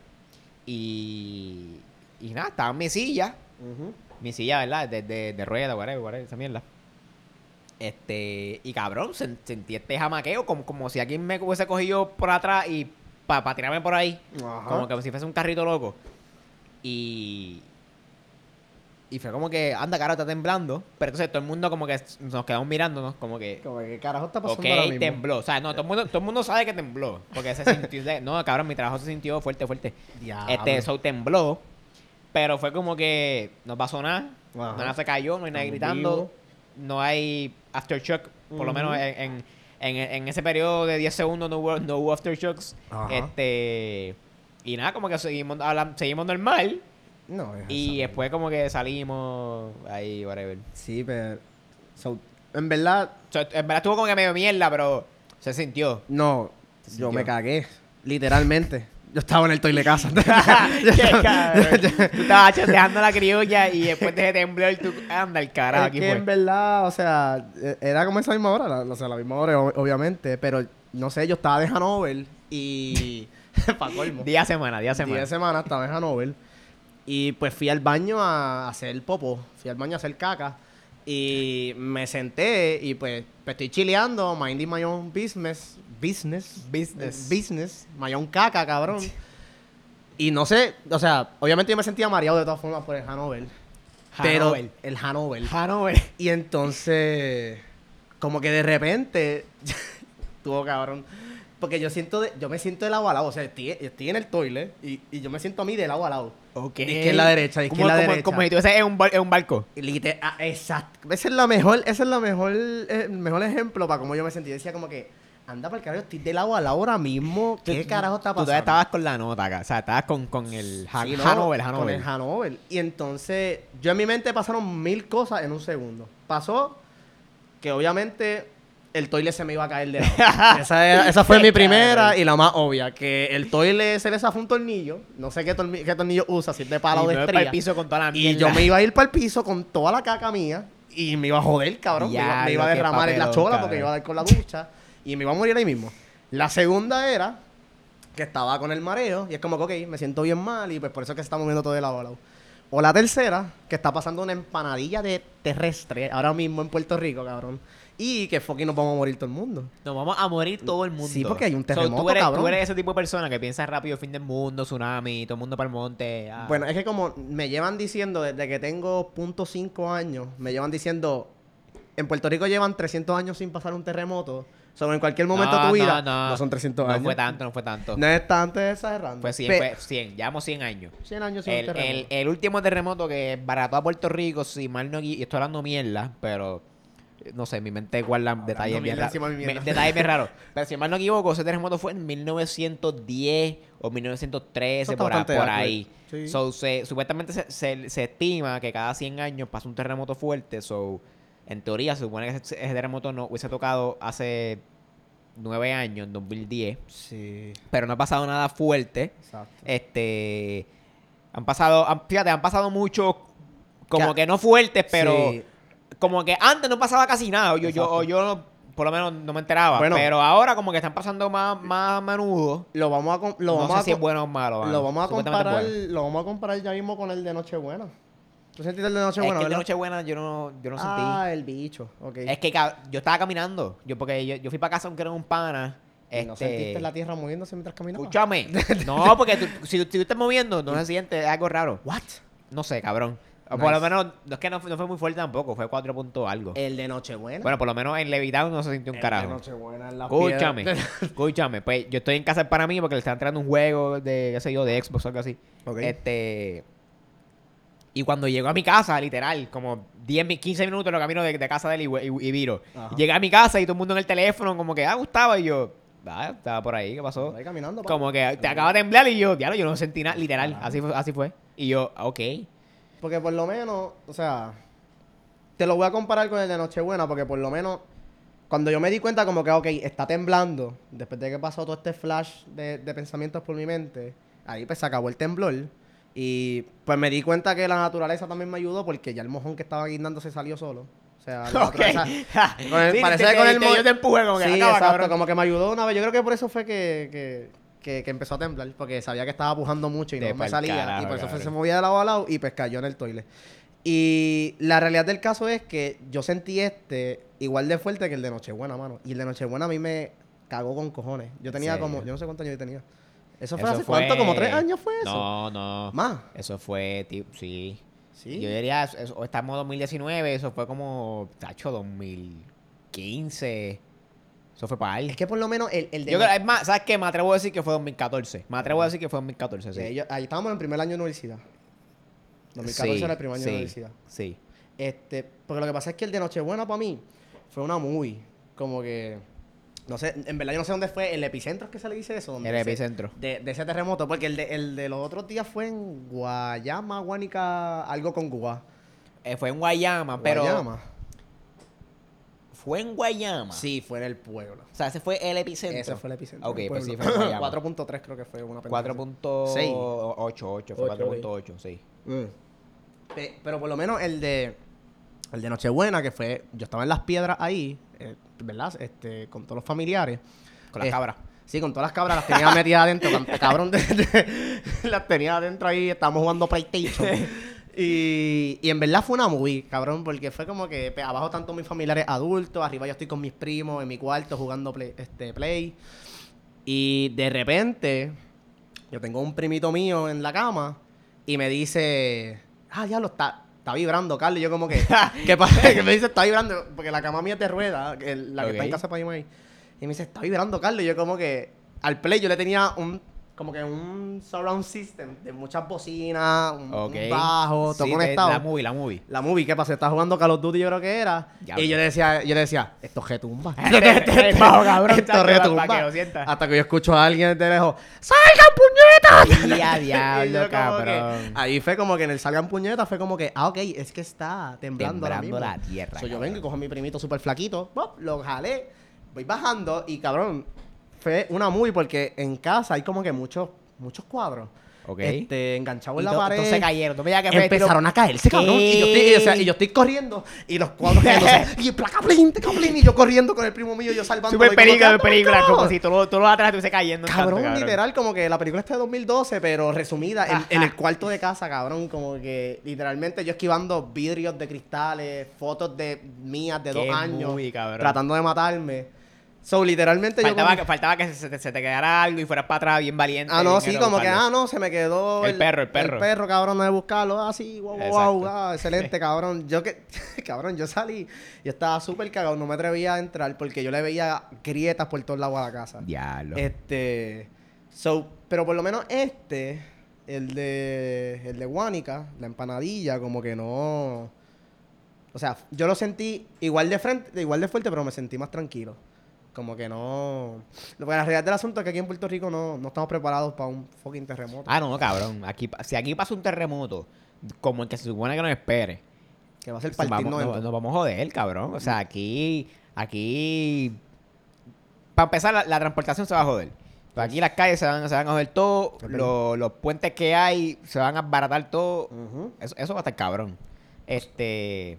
[SPEAKER 1] y... Y nada, estaba en mi silla. Mi silla, ¿verdad? De, de, de rueda, whatever, whatever, esa mierda. Este, y cabrón, sen- sentí este jamaqueo como, como si alguien me hubiese cogido por atrás y para tirarme por ahí.
[SPEAKER 2] Ajá.
[SPEAKER 1] Como que si fuese un carrito loco. Y. Y fue como que, anda, caro, está temblando. Pero entonces todo el mundo como que nos quedamos mirándonos, como que.
[SPEAKER 2] Como que, ¿qué carajo está pasando
[SPEAKER 1] Ok, este,
[SPEAKER 2] ahora mismo?
[SPEAKER 1] tembló. O sea, no, todo el, mundo, todo el mundo sabe que tembló. Porque se sintió. [LAUGHS] de- No, cabrón, mi trabajo se sintió fuerte, fuerte.
[SPEAKER 2] Diablo.
[SPEAKER 1] Este, eso tembló. Pero fue como que no pasó nada.
[SPEAKER 2] Ajá.
[SPEAKER 1] Nada se cayó, no hay nadie
[SPEAKER 2] Estamos
[SPEAKER 1] gritando.
[SPEAKER 2] vivos.
[SPEAKER 1] No hay aftershock. Por lo
[SPEAKER 2] Ujú.
[SPEAKER 1] menos en, en- en- en ese periodo de 10 segundos no hubo, no hubo aftershocks.
[SPEAKER 2] Ajá.
[SPEAKER 1] Este. Y nada, como que seguimos, hablan- seguimos normal.
[SPEAKER 2] No, es
[SPEAKER 1] Y
[SPEAKER 2] esa
[SPEAKER 1] después, como que salimos ahí, whatever.
[SPEAKER 2] mierda. Sí, pero... so, en verdad,
[SPEAKER 1] O sea, en verdad estuvo como que medio mierda, pero se sintió.
[SPEAKER 2] no.
[SPEAKER 1] Sí,
[SPEAKER 2] Yo
[SPEAKER 1] yo.
[SPEAKER 2] me cagué. Literalmente. Yo estaba en el toile
[SPEAKER 1] [LAUGHS]
[SPEAKER 2] casa. [LAUGHS]
[SPEAKER 1] Qué cabrón. tú estabas choteando la criolla y después de ese temblor tú anda el carajo
[SPEAKER 2] Es
[SPEAKER 1] aquí
[SPEAKER 2] que
[SPEAKER 1] fue.
[SPEAKER 2] en verdad, o sea, e- era como esa misma hora, la- o sea, la misma hora, ob- obviamente, pero no sé, yo estaba de Hanover y. [LAUGHS] pa' colmo.
[SPEAKER 1] Día a semana, día a semana.
[SPEAKER 2] Día de semana estaba en Hanover y pues fui al baño a hacer popo, fui al baño a hacer caca y me senté y pues, pues, estoy chileando, minding my own business, business,
[SPEAKER 1] Business.
[SPEAKER 2] business, my own caca, cabrón. Y no sé, o sea, obviamente yo me sentía mareado de todas formas por el Hanover, pero
[SPEAKER 1] Hanover.
[SPEAKER 2] el Hanover.
[SPEAKER 1] Hanover.
[SPEAKER 2] Y entonces, como que de repente, [LAUGHS] tuvo cabrón. Porque yo siento, de- yo me siento de lado a lado. O sea, estoy, estoy en el toilet y, y yo me siento a mí de lado a lado.
[SPEAKER 1] Ok.
[SPEAKER 2] Izquierda, derecha,
[SPEAKER 1] Como-
[SPEAKER 2] izquierda,
[SPEAKER 1] como-
[SPEAKER 2] derecha.
[SPEAKER 1] Como si estuviese en un, bar- en un barco.
[SPEAKER 2] Y lite- ah, exacto. Ese es la mejor, ese es la mejor, eh, el mejor ejemplo para cómo yo me sentí. Yo decía como que, anda para el carajo, estoy de lado a lado ahora mismo. ¿Qué
[SPEAKER 1] Tú-
[SPEAKER 2] carajo está
[SPEAKER 1] Tú
[SPEAKER 2] pasando?
[SPEAKER 1] todavía estabas con la nota acá. O sea, estabas con, con el Han-
[SPEAKER 2] Sí, ¿no?
[SPEAKER 1] Hanover,
[SPEAKER 2] Con
[SPEAKER 1] Hanover.
[SPEAKER 2] el Hanover. Y entonces, yo en mi mente pasaron mil cosas en un segundo. Pasó que obviamente el toile se me iba a caer de
[SPEAKER 1] [LAUGHS]
[SPEAKER 2] lado. esa, era- esa fue mi primera y la más obvia. Que el toile se le zafó un tornillo. No sé qué, torni- qué tornillo usa, si es de pala
[SPEAKER 1] Y
[SPEAKER 2] o
[SPEAKER 1] me
[SPEAKER 2] de
[SPEAKER 1] voy
[SPEAKER 2] estrella.
[SPEAKER 1] pa'l piso con toda la
[SPEAKER 2] y
[SPEAKER 1] mierda.
[SPEAKER 2] yo me iba a ir para el piso con toda la caca mía. Y me iba a joder, cabrón. me, iba, me
[SPEAKER 1] Diablo,
[SPEAKER 2] iba a
[SPEAKER 1] qué
[SPEAKER 2] derramar en la
[SPEAKER 1] papelón,
[SPEAKER 2] chola porque
[SPEAKER 1] cabrón.
[SPEAKER 2] iba a dar con la ducha. Y me iba a morir ahí mismo. La segunda era que estaba con el mareo y es como que, ok, me siento bien mal y pues por eso es que se está moviendo todo de lado a lado. O la tercera, que está pasando una empanadilla de terrestre ahora mismo en Puerto Rico, cabrón. Y que fucking nos vamos a morir todo el mundo.
[SPEAKER 1] Nos vamos a morir todo el mundo.
[SPEAKER 2] Sí, porque hay un
[SPEAKER 1] So,
[SPEAKER 2] terremoto,
[SPEAKER 1] tú, eres,
[SPEAKER 2] cabrón.
[SPEAKER 1] tú eres ese tipo de persona que piensa rápido, fin del mundo, tsunami, todo el mundo para el monte. ah.
[SPEAKER 2] Bueno, es que como me llevan diciendo desde que tengo punto .5 años, me llevan diciendo, en Puerto Rico llevan 300 años sin pasar un terremoto. Sobre en cualquier momento de
[SPEAKER 1] No,
[SPEAKER 2] tu vida,
[SPEAKER 1] no, no.
[SPEAKER 2] son 300
[SPEAKER 1] Ah, no
[SPEAKER 2] años.
[SPEAKER 1] fue tanto, no fue tanto.
[SPEAKER 2] No es tanto exagerando.
[SPEAKER 1] Fue 100,
[SPEAKER 2] Pe-
[SPEAKER 1] fue 100. Llevamos 100 años.
[SPEAKER 2] 100 años sin
[SPEAKER 1] El,
[SPEAKER 2] un terremoto.
[SPEAKER 1] el- el último terremoto que barató a Puerto Rico, si mal no gui- y estoy hablando mierda, pero eh, no sé, mi mente guarda detalles bien
[SPEAKER 2] mierda
[SPEAKER 1] raros.
[SPEAKER 2] encima de mi mierda.
[SPEAKER 1] Me- Detalles bien
[SPEAKER 2] [LAUGHS]
[SPEAKER 1] raros. Pero si mal no equivoco, ese terremoto fue en 1910 o 1913,
[SPEAKER 2] Eso está
[SPEAKER 1] por, a-
[SPEAKER 2] bastante
[SPEAKER 1] por
[SPEAKER 2] accurate.
[SPEAKER 1] ahí.
[SPEAKER 2] Sí.
[SPEAKER 1] So, se- supuestamente se, se- se estima que cada 100 años pasa un terremoto fuerte. So, en teoría, se supone que ese, ese terremoto no hubiese tocado hace 9 años, en 2010.
[SPEAKER 2] Sí,
[SPEAKER 1] Pero no ha pasado nada fuerte.
[SPEAKER 2] exacto.
[SPEAKER 1] eh, Este. Han pasado. han- fíjate, han pasado muchos. Como
[SPEAKER 2] Ya.
[SPEAKER 1] que no fuertes, pero.
[SPEAKER 2] Sí.
[SPEAKER 1] Como que antes no pasaba casi nada. o Yo, yo,
[SPEAKER 2] Exacto.
[SPEAKER 1] o yo no- por lo menos no me enteraba.
[SPEAKER 2] Bueno.
[SPEAKER 1] pero ahora como que están pasando más, más a menudo.
[SPEAKER 2] Lo vamos a, com- lo
[SPEAKER 1] no
[SPEAKER 2] vamos
[SPEAKER 1] sé
[SPEAKER 2] a
[SPEAKER 1] si es
[SPEAKER 2] com-
[SPEAKER 1] bueno o malo. mano.
[SPEAKER 2] lo vamos a
[SPEAKER 1] Supuestamente
[SPEAKER 2] comparar,
[SPEAKER 1] es bueno.
[SPEAKER 2] lo vamos a comparar ya mismo con el de Nochebuena. ¿Tú sentiste el de
[SPEAKER 1] Es
[SPEAKER 2] Nochebuena,
[SPEAKER 1] que el de
[SPEAKER 2] verdad?
[SPEAKER 1] Nochebuena yo no, yo no sentí.
[SPEAKER 2] ah, el bicho, ok.
[SPEAKER 1] Es que cab- yo estaba caminando. Yo, porque yo, yo fui para casa aunque era un pana.
[SPEAKER 2] ¿Y ¿No
[SPEAKER 1] este,
[SPEAKER 2] sentiste la tierra moviéndose mientras caminabas? [LAUGHS]
[SPEAKER 1] Escúchame. no, porque tú- si, si tú estás moviendo, no se siente es algo raro.
[SPEAKER 2] What?
[SPEAKER 1] No sé, cabrón. O Por lo menos, no es que no, fue- no fue muy fuerte tampoco, fue 4 puntos algo.
[SPEAKER 2] El de Nochebuena.
[SPEAKER 1] bueno, por lo menos en Levitown no se sintió un
[SPEAKER 2] El de
[SPEAKER 1] carajo.
[SPEAKER 2] Nochebuena en la
[SPEAKER 1] Escúchame, escúchame. Pues yo estoy en casa para mí porque le están entrando un juego de, qué sé yo, de Xbox o algo así.
[SPEAKER 2] Ok.
[SPEAKER 1] Este. Y cuando llego a mi casa, literal, como 10, mi- 15 minutos en el camino de, de casa de él y, y- y viro.
[SPEAKER 2] Ajá.
[SPEAKER 1] Llegué a mi casa y todo el mundo en el teléfono, como que, ah, Gustavo. Y yo, ah, estaba por ahí, ¿qué pasó?
[SPEAKER 2] Ahí caminando, pa.
[SPEAKER 1] Como que te acaba de temblar y yo, diablo, yo no sentí nada, literal, así fue, así fue. Y yo, ah, ok.
[SPEAKER 2] Porque por lo menos, o sea, te lo voy a comparar con el de Nochebuena, porque por lo menos, cuando yo me di cuenta como que, ok, está temblando, después de que pasó todo este flash de, de pensamientos por mi mente, ahí pues se acabó el temblor. Y pues me di cuenta que la naturaleza también me ayudó porque ya el mojón que estaba guindando se salió solo. O sea,
[SPEAKER 1] [LAUGHS]
[SPEAKER 2] la
[SPEAKER 1] Ok.
[SPEAKER 2] naturaleza- con el-
[SPEAKER 1] Sí,
[SPEAKER 2] parece
[SPEAKER 1] te-
[SPEAKER 2] que con
[SPEAKER 1] te-
[SPEAKER 2] el
[SPEAKER 1] te-
[SPEAKER 2] mo-
[SPEAKER 1] Yo te empujé como que
[SPEAKER 2] sí,
[SPEAKER 1] acaba,
[SPEAKER 2] exacto,
[SPEAKER 1] cabrón.
[SPEAKER 2] como que me ayudó una vez. Yo creo que por eso fue que, que, que- que empezó a temblar, porque sabía que estaba pujando mucho y
[SPEAKER 1] Te
[SPEAKER 2] no me
[SPEAKER 1] pa'l
[SPEAKER 2] salía.
[SPEAKER 1] carajo,
[SPEAKER 2] y por eso fue-
[SPEAKER 1] cabrón.
[SPEAKER 2] se movía de lado a lado y pues cayó en el toile. Y la realidad del caso es que yo sentí este igual de fuerte que el de Nochebuena, mano. Y el de Nochebuena a mí me cagó con cojones. Yo tenía
[SPEAKER 1] serio?
[SPEAKER 2] como, yo no sé cuántos años yo tenía. ¿Eso fue hace cuánto? ¿Como tres años fue eso?
[SPEAKER 1] No, no.
[SPEAKER 2] Más.
[SPEAKER 1] Eso fue, tío, sí.
[SPEAKER 2] Sí.
[SPEAKER 1] Yo diría, eso- eso- estamos en 2019, eso fue como, tacho, 2015. Eso fue para él.
[SPEAKER 2] Es que por lo menos el, el de
[SPEAKER 1] Yo creo,
[SPEAKER 2] Noche-
[SPEAKER 1] es más, ¿sabes qué? Me atrevo a decir que fue 2014. Me atrevo a decir que fue 2014, sí.
[SPEAKER 2] eh, yo- ahí estábamos en el primer año de universidad. 2014
[SPEAKER 1] Sí,
[SPEAKER 2] era el primer año de
[SPEAKER 1] sí,
[SPEAKER 2] universidad.
[SPEAKER 1] Sí.
[SPEAKER 2] Este, porque lo que pasa es que el de Nochebuena para mí fue una movie. Como que. No sé, en verdad yo no sé dónde fue. ¿El epicentro es que se le dice eso? ¿Dónde
[SPEAKER 1] El
[SPEAKER 2] se-
[SPEAKER 1] epicentro.
[SPEAKER 2] de, de ese terremoto. Porque el de, el de los otros días fue en Guayama, Guánica, algo con Cuba.
[SPEAKER 1] Eh, fue en Guayama, pero.
[SPEAKER 2] Guayama.
[SPEAKER 1] Fue en Guayama.
[SPEAKER 2] Sí, fue en el pueblo.
[SPEAKER 1] O sea, ese fue el epicentro.
[SPEAKER 2] Ese fue el epicentro.
[SPEAKER 1] Ok,
[SPEAKER 2] el
[SPEAKER 1] pues
[SPEAKER 2] pueblo.
[SPEAKER 1] sí, fue en
[SPEAKER 2] [LAUGHS]
[SPEAKER 1] Guayama.
[SPEAKER 2] 4.3 creo que fue una pendeja así.
[SPEAKER 1] 4.88, fue
[SPEAKER 2] Ocho,
[SPEAKER 1] 4.8, sí.
[SPEAKER 2] Pe- Pero por lo menos el de el de Nochebuena, que fue, yo estaba en las piedras ahí, eh, ¿verdad? Este, con todos los familiares.
[SPEAKER 1] Con las
[SPEAKER 2] Eh,
[SPEAKER 1] cabras.
[SPEAKER 2] Sí, con todas las cabras las tenía metidas adentro, cab- cabrón. de- de- [LAUGHS] las tenía adentro ahí, estábamos jugando
[SPEAKER 1] [LAUGHS]
[SPEAKER 2] PlayStation. Y, y en verdad fue una movie, cabrón, porque fue como que pe- abajo tanto mis familiares adultos, arriba yo estoy con mis primos en mi cuarto jugando play, este, play. Y de repente, yo tengo un primito mío en la cama y me dice, ah, diablo, está, está vibrando, Carlos. Y
[SPEAKER 1] [LAUGHS]
[SPEAKER 2] yo como que, ¿qué pasa? [LAUGHS] Que me dice, está vibrando, porque la cama mía es de rueda, el- la que está en
[SPEAKER 1] Ok.
[SPEAKER 2] casa para mí. ahí. Y me dice, está vibrando, Carlos. Y yo como que, al play yo le tenía un, como que un surround system de muchas bocinas, un, un
[SPEAKER 1] Ok.
[SPEAKER 2] bajo, todo
[SPEAKER 1] Sí, te-
[SPEAKER 2] conectado.
[SPEAKER 1] La movie, la movie.
[SPEAKER 2] La movie, ¿qué pasa? Estaba jugando Call of Duty, yo creo que era.
[SPEAKER 1] Ya,
[SPEAKER 2] y
[SPEAKER 1] bro.
[SPEAKER 2] yo le decía, yo le decía, esto retumba.
[SPEAKER 1] [LAUGHS] Esto, cabrón,
[SPEAKER 2] [LAUGHS] esto
[SPEAKER 1] chacho, para
[SPEAKER 2] retumba.
[SPEAKER 1] que lo sientas.
[SPEAKER 2] Hasta que yo escucho a alguien desde lejos, ¡salgan puñetas!
[SPEAKER 1] Ya,
[SPEAKER 2] [LAUGHS] Y
[SPEAKER 1] diablo,
[SPEAKER 2] yo como que-
[SPEAKER 1] cabrón.
[SPEAKER 2] ahí fue como que en el salgan puñetas fue como que, ah, ok, es que está temblando, ahora
[SPEAKER 1] Temblando
[SPEAKER 2] mismo.
[SPEAKER 1] la tierra,
[SPEAKER 2] So, yo
[SPEAKER 1] cabrón.
[SPEAKER 2] vengo y cojo a mi primito súper flaquito, ¡pop! lo jalé, voy bajando y cabrón, fue una movie porque en casa hay como que muchos, muchos cuadros.
[SPEAKER 1] Ok.
[SPEAKER 2] Este, enganchados
[SPEAKER 1] Y
[SPEAKER 2] en la
[SPEAKER 1] to-
[SPEAKER 2] pared.
[SPEAKER 1] Entonces cayeron. No me digas que fue de tiro-
[SPEAKER 2] Empezaron a caerse, cabrón. Y yo, estoy,
[SPEAKER 1] ¿Qué?
[SPEAKER 2] o sea, y yo estoy corriendo. Y los cuadros cayéndose. Y placa, plin, teca, plin, Y yo corriendo con el primo mío. Yo salvando.
[SPEAKER 1] Súper película, súper película. Como si todo, todo lo atrás estuviese cayendo. tanto,
[SPEAKER 2] Cabrón, literal, como que la película está de 2012, pero resumida en, en el cuarto de casa, cabrón. Como que literalmente yo esquivando vidrios de cristales, fotos de mías de dos
[SPEAKER 1] Qué
[SPEAKER 2] años,
[SPEAKER 1] movie, cabrón.
[SPEAKER 2] tratando de matarme. So, literalmente
[SPEAKER 1] Faltaba,
[SPEAKER 2] yo.
[SPEAKER 1] que,
[SPEAKER 2] como-
[SPEAKER 1] faltaba que se, te- se te quedara algo y fueras para atrás bien valiente.
[SPEAKER 2] Ah, no,
[SPEAKER 1] bien
[SPEAKER 2] sí,
[SPEAKER 1] héroe,
[SPEAKER 2] como que,
[SPEAKER 1] buscarlo.
[SPEAKER 2] ah, no, se me quedó
[SPEAKER 1] El perro, el perro.
[SPEAKER 2] El perro, cabrón, no de buscarlo. Ah, sí, wow, wow, wow,
[SPEAKER 1] Exacto.
[SPEAKER 2] ah,
[SPEAKER 1] [LAUGHS]
[SPEAKER 2] excelente, cabrón. Yo que, [LAUGHS] cabrón, yo salí y estaba súper cagado, no me atrevía a entrar porque yo le veía grietas por todos lados a la casa.
[SPEAKER 1] Diablo.
[SPEAKER 2] Este, so, pero por lo menos este, el de, el de Guánica, la empanadilla, como que no. O sea, yo lo sentí igual de frente, igual de fuerte, pero me sentí más tranquilo. Como que no. Lo que la realidad del asunto es que aquí en Puerto Rico no, no estamos preparados para un fucking terremoto.
[SPEAKER 1] Ah, no, cabrón. Aquí, pa- si aquí pasa un terremoto, como el que se supone que nos espere,
[SPEAKER 2] que va a ser
[SPEAKER 1] nos vamos,
[SPEAKER 2] partirnos en
[SPEAKER 1] nos- nos vamos a joder, cabrón. O sea, aquí. Aquí. Para empezar, la, la transportación se va a joder. Pues aquí las calles se van, se van a joder todo.
[SPEAKER 2] verdad.
[SPEAKER 1] lo- los puentes que hay se van a baratar todo.
[SPEAKER 2] Ujú.
[SPEAKER 1] Eso, eso va a estar cabrón. Este.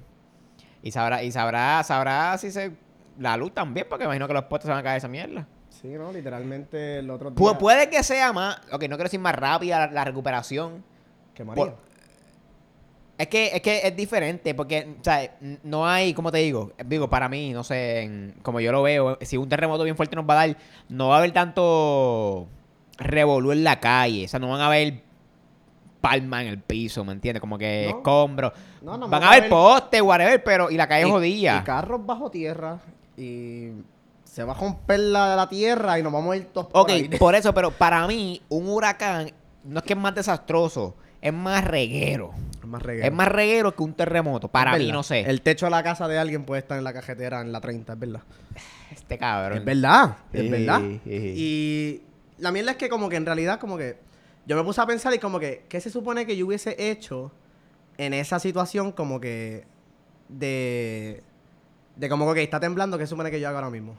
[SPEAKER 1] Y sabrá, y sabrá, sabrá si se. La luz también, porque imagino que los postes se van a caer esa mierda.
[SPEAKER 2] Sí, ¿no? Literalmente el otro día.
[SPEAKER 1] Pu- puede que sea más. Ok, no quiero decir más rápida la, la recuperación.
[SPEAKER 2] Que María.
[SPEAKER 1] Pu- Es que, es que es diferente, porque, o sea, n- no hay, como te digo? Digo, para mí, no sé, en- como yo lo veo, si un terremoto bien fuerte nos va a dar, no va a haber tanto revolú en la calle. O sea, no van a haber palmas en el piso, ¿me entiendes? Como que
[SPEAKER 2] No.
[SPEAKER 1] escombros.
[SPEAKER 2] No, no,
[SPEAKER 1] Van
[SPEAKER 2] vamos
[SPEAKER 1] a
[SPEAKER 2] a
[SPEAKER 1] haber
[SPEAKER 2] ver-
[SPEAKER 1] postes, whatever, pero. Y la calle
[SPEAKER 2] Y-
[SPEAKER 1] jodida.
[SPEAKER 2] Y carros bajo tierra y se va a romper la, la tierra y nos vamos a ir todos por
[SPEAKER 1] Ok,
[SPEAKER 2] ahí.
[SPEAKER 1] por eso, pero para mí, un huracán no es que es más desastroso, es más reguero.
[SPEAKER 2] Es más reguero.
[SPEAKER 1] Es más reguero que un terremoto. Para
[SPEAKER 2] Es
[SPEAKER 1] mí,
[SPEAKER 2] verdad.
[SPEAKER 1] no sé.
[SPEAKER 2] El techo de la casa de alguien puede estar en la cajetera en la 30, es verdad.
[SPEAKER 1] Este cabrón.
[SPEAKER 2] Es verdad, es
[SPEAKER 1] Sí,
[SPEAKER 2] verdad.
[SPEAKER 1] sí, sí.
[SPEAKER 2] Y la mierda es que como que en realidad como que yo me puse a pensar y como que ¿qué se supone que yo hubiese hecho en esa situación como que de de como que ok, está temblando, ¿qué se supone que yo haga ahora mismo?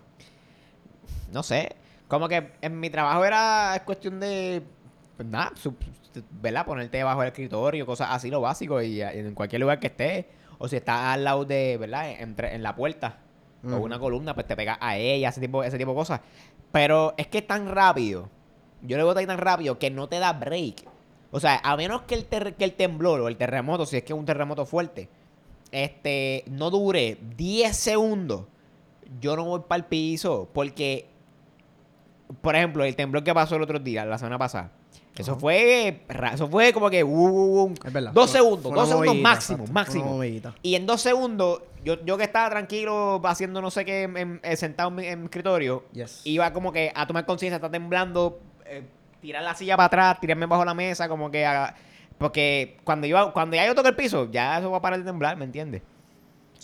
[SPEAKER 1] No sé. Como que en mi trabajo era es cuestión de. Pues nada, su- ¿verdad? Ponerte bajo el escritorio, cosas así, lo básico, y, a- en cualquier lugar que estés. O si estás al lado de, ¿verdad? Entre, en la puerta. O
[SPEAKER 2] Ujú.
[SPEAKER 1] una columna, pues te pegas a ella, ese tipo, ese tipo de cosas. Pero es que es tan rápido. Yo le voy tan rápido que no te da break. O sea, a menos que el, ter- que el temblor o el terremoto, si es que es un terremoto fuerte, este, no dure 10 segundos, yo no voy para el piso. Porque, por ejemplo, el temblor que pasó el otro día, la semana pasada, eso
[SPEAKER 2] Ajá.
[SPEAKER 1] fue ra- eso fue como que... uh, uh, uh,
[SPEAKER 2] Es verdad.
[SPEAKER 1] dos
[SPEAKER 2] Fue-
[SPEAKER 1] segundos,
[SPEAKER 2] fue
[SPEAKER 1] dos
[SPEAKER 2] una
[SPEAKER 1] segundos
[SPEAKER 2] movida,
[SPEAKER 1] máximo,
[SPEAKER 2] exacto, fue
[SPEAKER 1] máximo.
[SPEAKER 2] una movidita.
[SPEAKER 1] y en dos segundos, yo, yo que estaba tranquilo haciendo no sé qué, en- en- eh, sentado en mi, en mi escritorio,
[SPEAKER 2] Yes.
[SPEAKER 1] iba como que a tomar conciencia, está temblando, eh, tirar la silla para atrás, tirarme bajo la mesa, como que... haga- porque cuando, yo, cuando ya yo toque el piso, ya eso va a parar de temblar, ¿me entiendes?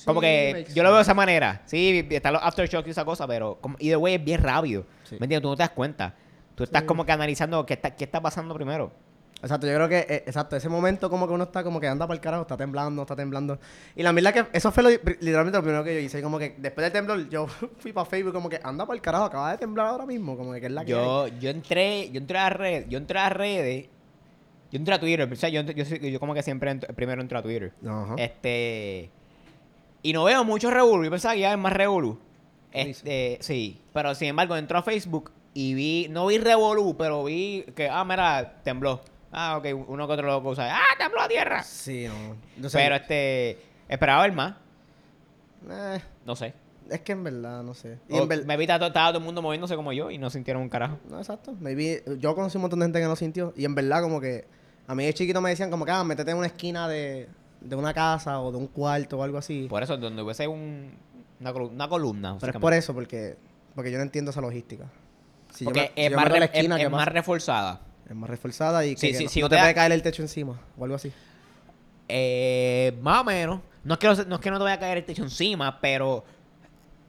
[SPEAKER 1] Como
[SPEAKER 2] Sí,
[SPEAKER 1] que
[SPEAKER 2] makes
[SPEAKER 1] yo lo veo de
[SPEAKER 2] sense.
[SPEAKER 1] esa manera. Sí, están los aftershocks y esa cosa, pero como, y de way es bien rápido.
[SPEAKER 2] Sí.
[SPEAKER 1] ¿Me entiendes? Tú no te das cuenta. Tú estás
[SPEAKER 2] Sí.
[SPEAKER 1] como que analizando qué está, qué está pasando primero.
[SPEAKER 2] Exacto, yo creo que, eh, exacto, ese momento como que uno está como que anda para el carajo, está temblando, está temblando. Y la verdad que eso fue lo- literalmente lo primero que yo hice, como que después del temblor yo [LAUGHS] fui para Facebook como que anda para el carajo, acaba de temblar ahora mismo, como que que es la que hay.
[SPEAKER 1] Yo, yo entré, yo entré a las redes, yo entré a las redes, yo entré a Twitter, o sea, yo, yo, soy- yo como que siempre entro- primero entro a Twitter.
[SPEAKER 2] Ajá.
[SPEAKER 1] Este. Y no veo mucho Revolu. Yo pensaba que ya es más Revolu. Este, sí. Pero sin embargo, entró a Facebook y vi. No vi Revolu, pero vi que, ah, mira, tembló. Ah, ok, uno que otro loco usa. ¡Ah, tembló a tierra!
[SPEAKER 2] Sí, no. no sé.
[SPEAKER 1] pero este. Esperaba ver más.
[SPEAKER 2] Eh,
[SPEAKER 1] No sé.
[SPEAKER 2] es que en verdad, no sé. Y
[SPEAKER 1] O
[SPEAKER 2] en verdad,
[SPEAKER 1] Me vi tato- estaba todo el mundo moviéndose como yo y no sintieron un carajo.
[SPEAKER 2] no, exacto. Maybe, yo conocí un montón de gente que no sintió y en verdad como que a mí de chiquito me decían como que, ah, métete en una esquina de, de una casa o de un cuarto o algo así.
[SPEAKER 1] Por eso, donde hubiese un, una, colu- una columna.
[SPEAKER 2] Pero es
[SPEAKER 1] básicamente.
[SPEAKER 2] por eso, porque, porque yo no entiendo esa logística. Si yo
[SPEAKER 1] Porque
[SPEAKER 2] me- si
[SPEAKER 1] es,
[SPEAKER 2] yo
[SPEAKER 1] más
[SPEAKER 2] me doy la
[SPEAKER 1] re- es-
[SPEAKER 2] esquina,
[SPEAKER 1] es
[SPEAKER 2] ¿qué
[SPEAKER 1] más
[SPEAKER 2] pasa?
[SPEAKER 1] reforzada.
[SPEAKER 2] Es más reforzada y que,
[SPEAKER 1] Sí,
[SPEAKER 2] que
[SPEAKER 1] sí,
[SPEAKER 2] no,
[SPEAKER 1] sí,
[SPEAKER 2] no
[SPEAKER 1] yo
[SPEAKER 2] te
[SPEAKER 1] te-
[SPEAKER 2] puede caer el techo encima o algo así.
[SPEAKER 1] Eh, más o menos. No es, que no, se- no es que no te vaya a caer el techo encima, pero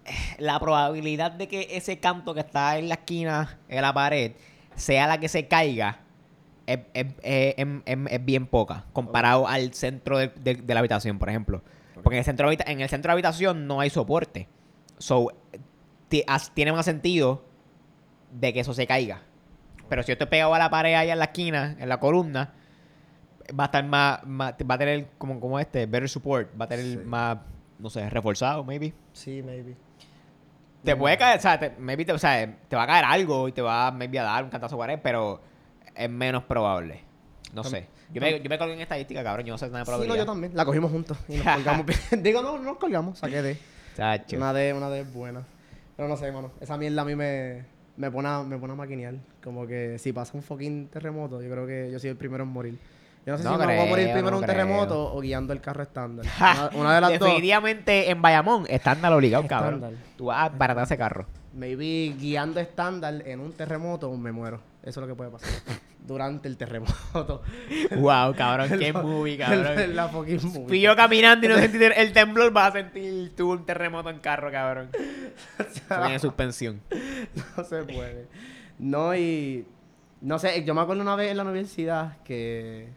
[SPEAKER 1] eh, [LAUGHS] la probabilidad de que ese canto que está en la esquina, en la pared, sea la que se caiga, es, es- es- es- es- es bien poca comparado al centro de, de- de la habitación, por ejemplo. Porque en el centro, de habita- en el centro de habitación no hay soporte. So, ti- as- tiene más sentido de que eso se caiga. Pero si yo estoy pegado a la pared allá en la esquina, en la columna, va a estar más, más- va a tener como, como este, better support, va a tener
[SPEAKER 2] Sí.
[SPEAKER 1] más, no sé, reforzado, maybe.
[SPEAKER 2] Sí, maybe.
[SPEAKER 1] Te puede caer, o sea, te, maybe te, o sea, te va a caer algo y te va maybe a dar un cantazo pared, pero es menos probable. No
[SPEAKER 2] Tam-
[SPEAKER 1] sé. Yo me, yo me colgué en estadística, cabrón, yo no sé nada de
[SPEAKER 2] Sí, no, yo
[SPEAKER 1] probabilidad.
[SPEAKER 2] también. La cogimos juntos y
[SPEAKER 1] [LAUGHS]
[SPEAKER 2] nos colgamos. [LAUGHS] bien. Digo, no, no nos colgamos, saqué de.
[SPEAKER 1] Chacho.
[SPEAKER 2] Una de, una de es buena. Pero no sé, mano. Esa mierda a mí me, me, pone a, me pone a maquinear. Como que si pasa un fucking terremoto, yo creo que yo soy el primero en morir. Yo no sé
[SPEAKER 1] No
[SPEAKER 2] si me voy a morir
[SPEAKER 1] creo,
[SPEAKER 2] primero en
[SPEAKER 1] no
[SPEAKER 2] un
[SPEAKER 1] creo.
[SPEAKER 2] terremoto o guiando el
[SPEAKER 1] [LAUGHS]
[SPEAKER 2] carro estándar.
[SPEAKER 1] Ja,
[SPEAKER 2] Una, una de las dos.
[SPEAKER 1] Definitivamente en Bayamón, estándar obligado, cabrón.
[SPEAKER 2] Estándar.
[SPEAKER 1] Tú vas a baratar ese carro.
[SPEAKER 2] Maybe guiando estándar en un terremoto me muero. Eso es lo que
[SPEAKER 1] [LAUGHS]
[SPEAKER 2] puede pasar. Durante el terremoto.
[SPEAKER 1] Wow, cabrón, [LAUGHS]
[SPEAKER 2] [LAUGHS]
[SPEAKER 1] qué movie, cabrón.
[SPEAKER 2] la fucking movie.
[SPEAKER 1] Fui yo caminando y no sentí el temblor, vas a sentir tú un terremoto en carro,
[SPEAKER 2] [LAUGHS]
[SPEAKER 1] cabrón. Eso tiene suspensión.
[SPEAKER 2] No se puede. No, y. No sé, yo me acuerdo una vez en la universidad que,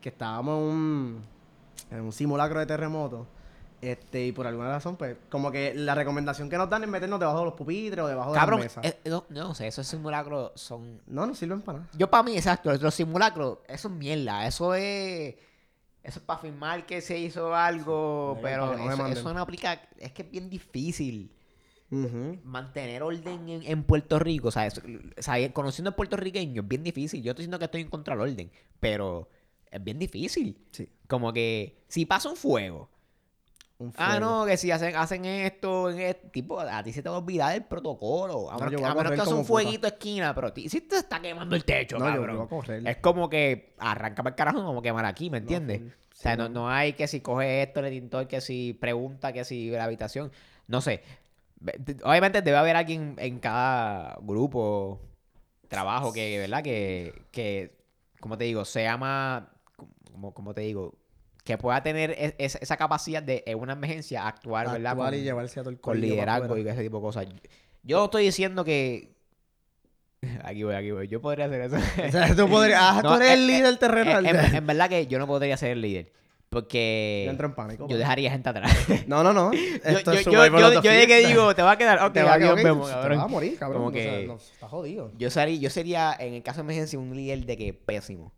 [SPEAKER 2] que estábamos en un, en un simulacro de terremoto. Este, y por alguna razón, pues, como que la recomendación que nos dan es meternos debajo de los pupitres o debajo
[SPEAKER 1] Cabrón,
[SPEAKER 2] de las mesas.
[SPEAKER 1] eh, no, no sé, esos simulacros son...
[SPEAKER 2] No, no sirven para nada.
[SPEAKER 1] Yo para mí, exacto, los simulacros, eso es mierda, eso es... Eso es para afirmar que se hizo algo,
[SPEAKER 2] Sí,
[SPEAKER 1] pero
[SPEAKER 2] para que no me
[SPEAKER 1] eso,
[SPEAKER 2] manden.
[SPEAKER 1] eso no aplica, es que es bien difícil. mantener orden en, en Puerto Rico, o sea, es- o sea, conociendo a puertorriqueños es bien difícil. Yo estoy diciendo que estoy en contra del orden, pero es bien difícil.
[SPEAKER 2] Sí.
[SPEAKER 1] Como que si pasa un fuego,
[SPEAKER 2] un
[SPEAKER 1] Ah,
[SPEAKER 2] fuego.
[SPEAKER 1] no, que si hacen, hacen esto, en este- tipo, a ti se te va a olvidar el protocolo. A
[SPEAKER 2] No,
[SPEAKER 1] menos,
[SPEAKER 2] yo
[SPEAKER 1] que-
[SPEAKER 2] voy a
[SPEAKER 1] a menos que
[SPEAKER 2] correr
[SPEAKER 1] hagas
[SPEAKER 2] como
[SPEAKER 1] un
[SPEAKER 2] puta.
[SPEAKER 1] fueguito de esquina, pero ti- si te está quemando el techo,
[SPEAKER 2] No, yo
[SPEAKER 1] cabrón.
[SPEAKER 2] voy a correr.
[SPEAKER 1] Es como que arranca para el carajo como quemar aquí, ¿me entiendes?
[SPEAKER 2] full.
[SPEAKER 1] o sea,
[SPEAKER 2] Sí,
[SPEAKER 1] no,
[SPEAKER 2] no.
[SPEAKER 1] no hay que si coge esto, le tintó, que si pregunta, que si la habitación. No sé. Ve- te- Obviamente debe haber alguien en cada grupo, trabajo, que, ¿verdad? Que, que como te digo, sea más, como, como te digo, que pueda tener es- es- esa capacidad de en una emergencia actuar, ¿verdad?
[SPEAKER 2] Actuar
[SPEAKER 1] Con-
[SPEAKER 2] y llevarse a todo el
[SPEAKER 1] con
[SPEAKER 2] corillo para
[SPEAKER 1] liderazgo
[SPEAKER 2] afuera.
[SPEAKER 1] y ese tipo de cosas. Yo no estoy diciendo que. [LAUGHS] Aquí voy, aquí voy. Yo podría hacer eso.
[SPEAKER 2] O sea, tú, podrías, ah,
[SPEAKER 1] No,
[SPEAKER 2] tú eres
[SPEAKER 1] eh, em,
[SPEAKER 2] el líder terrenal.
[SPEAKER 1] en, en-
[SPEAKER 2] [LAUGHS]
[SPEAKER 1] en verdad que yo no podría ser el líder.
[SPEAKER 2] Yo entro
[SPEAKER 1] Porque
[SPEAKER 2] en pánico.
[SPEAKER 1] yo
[SPEAKER 2] pa.
[SPEAKER 1] dejaría gente atrás.
[SPEAKER 2] No, no, no.
[SPEAKER 1] Yo,
[SPEAKER 2] [LAUGHS] Esto
[SPEAKER 1] yo,
[SPEAKER 2] es
[SPEAKER 1] yo,
[SPEAKER 2] survival
[SPEAKER 1] yo-
[SPEAKER 2] of the
[SPEAKER 1] yo de que
[SPEAKER 2] fittest.
[SPEAKER 1] digo, te va a
[SPEAKER 2] [LAUGHS]
[SPEAKER 1] quedar. Ok,
[SPEAKER 2] Te va a
[SPEAKER 1] aquí nos
[SPEAKER 2] quedar-
[SPEAKER 1] vemos,
[SPEAKER 2] te
[SPEAKER 1] cabrón.
[SPEAKER 2] vas a morir, cabrón.
[SPEAKER 1] Como
[SPEAKER 2] o sea,
[SPEAKER 1] que-
[SPEAKER 2] no, está jodido.
[SPEAKER 1] Yo sería, yo sería, en el caso de emergencia, un líder de que pésimo.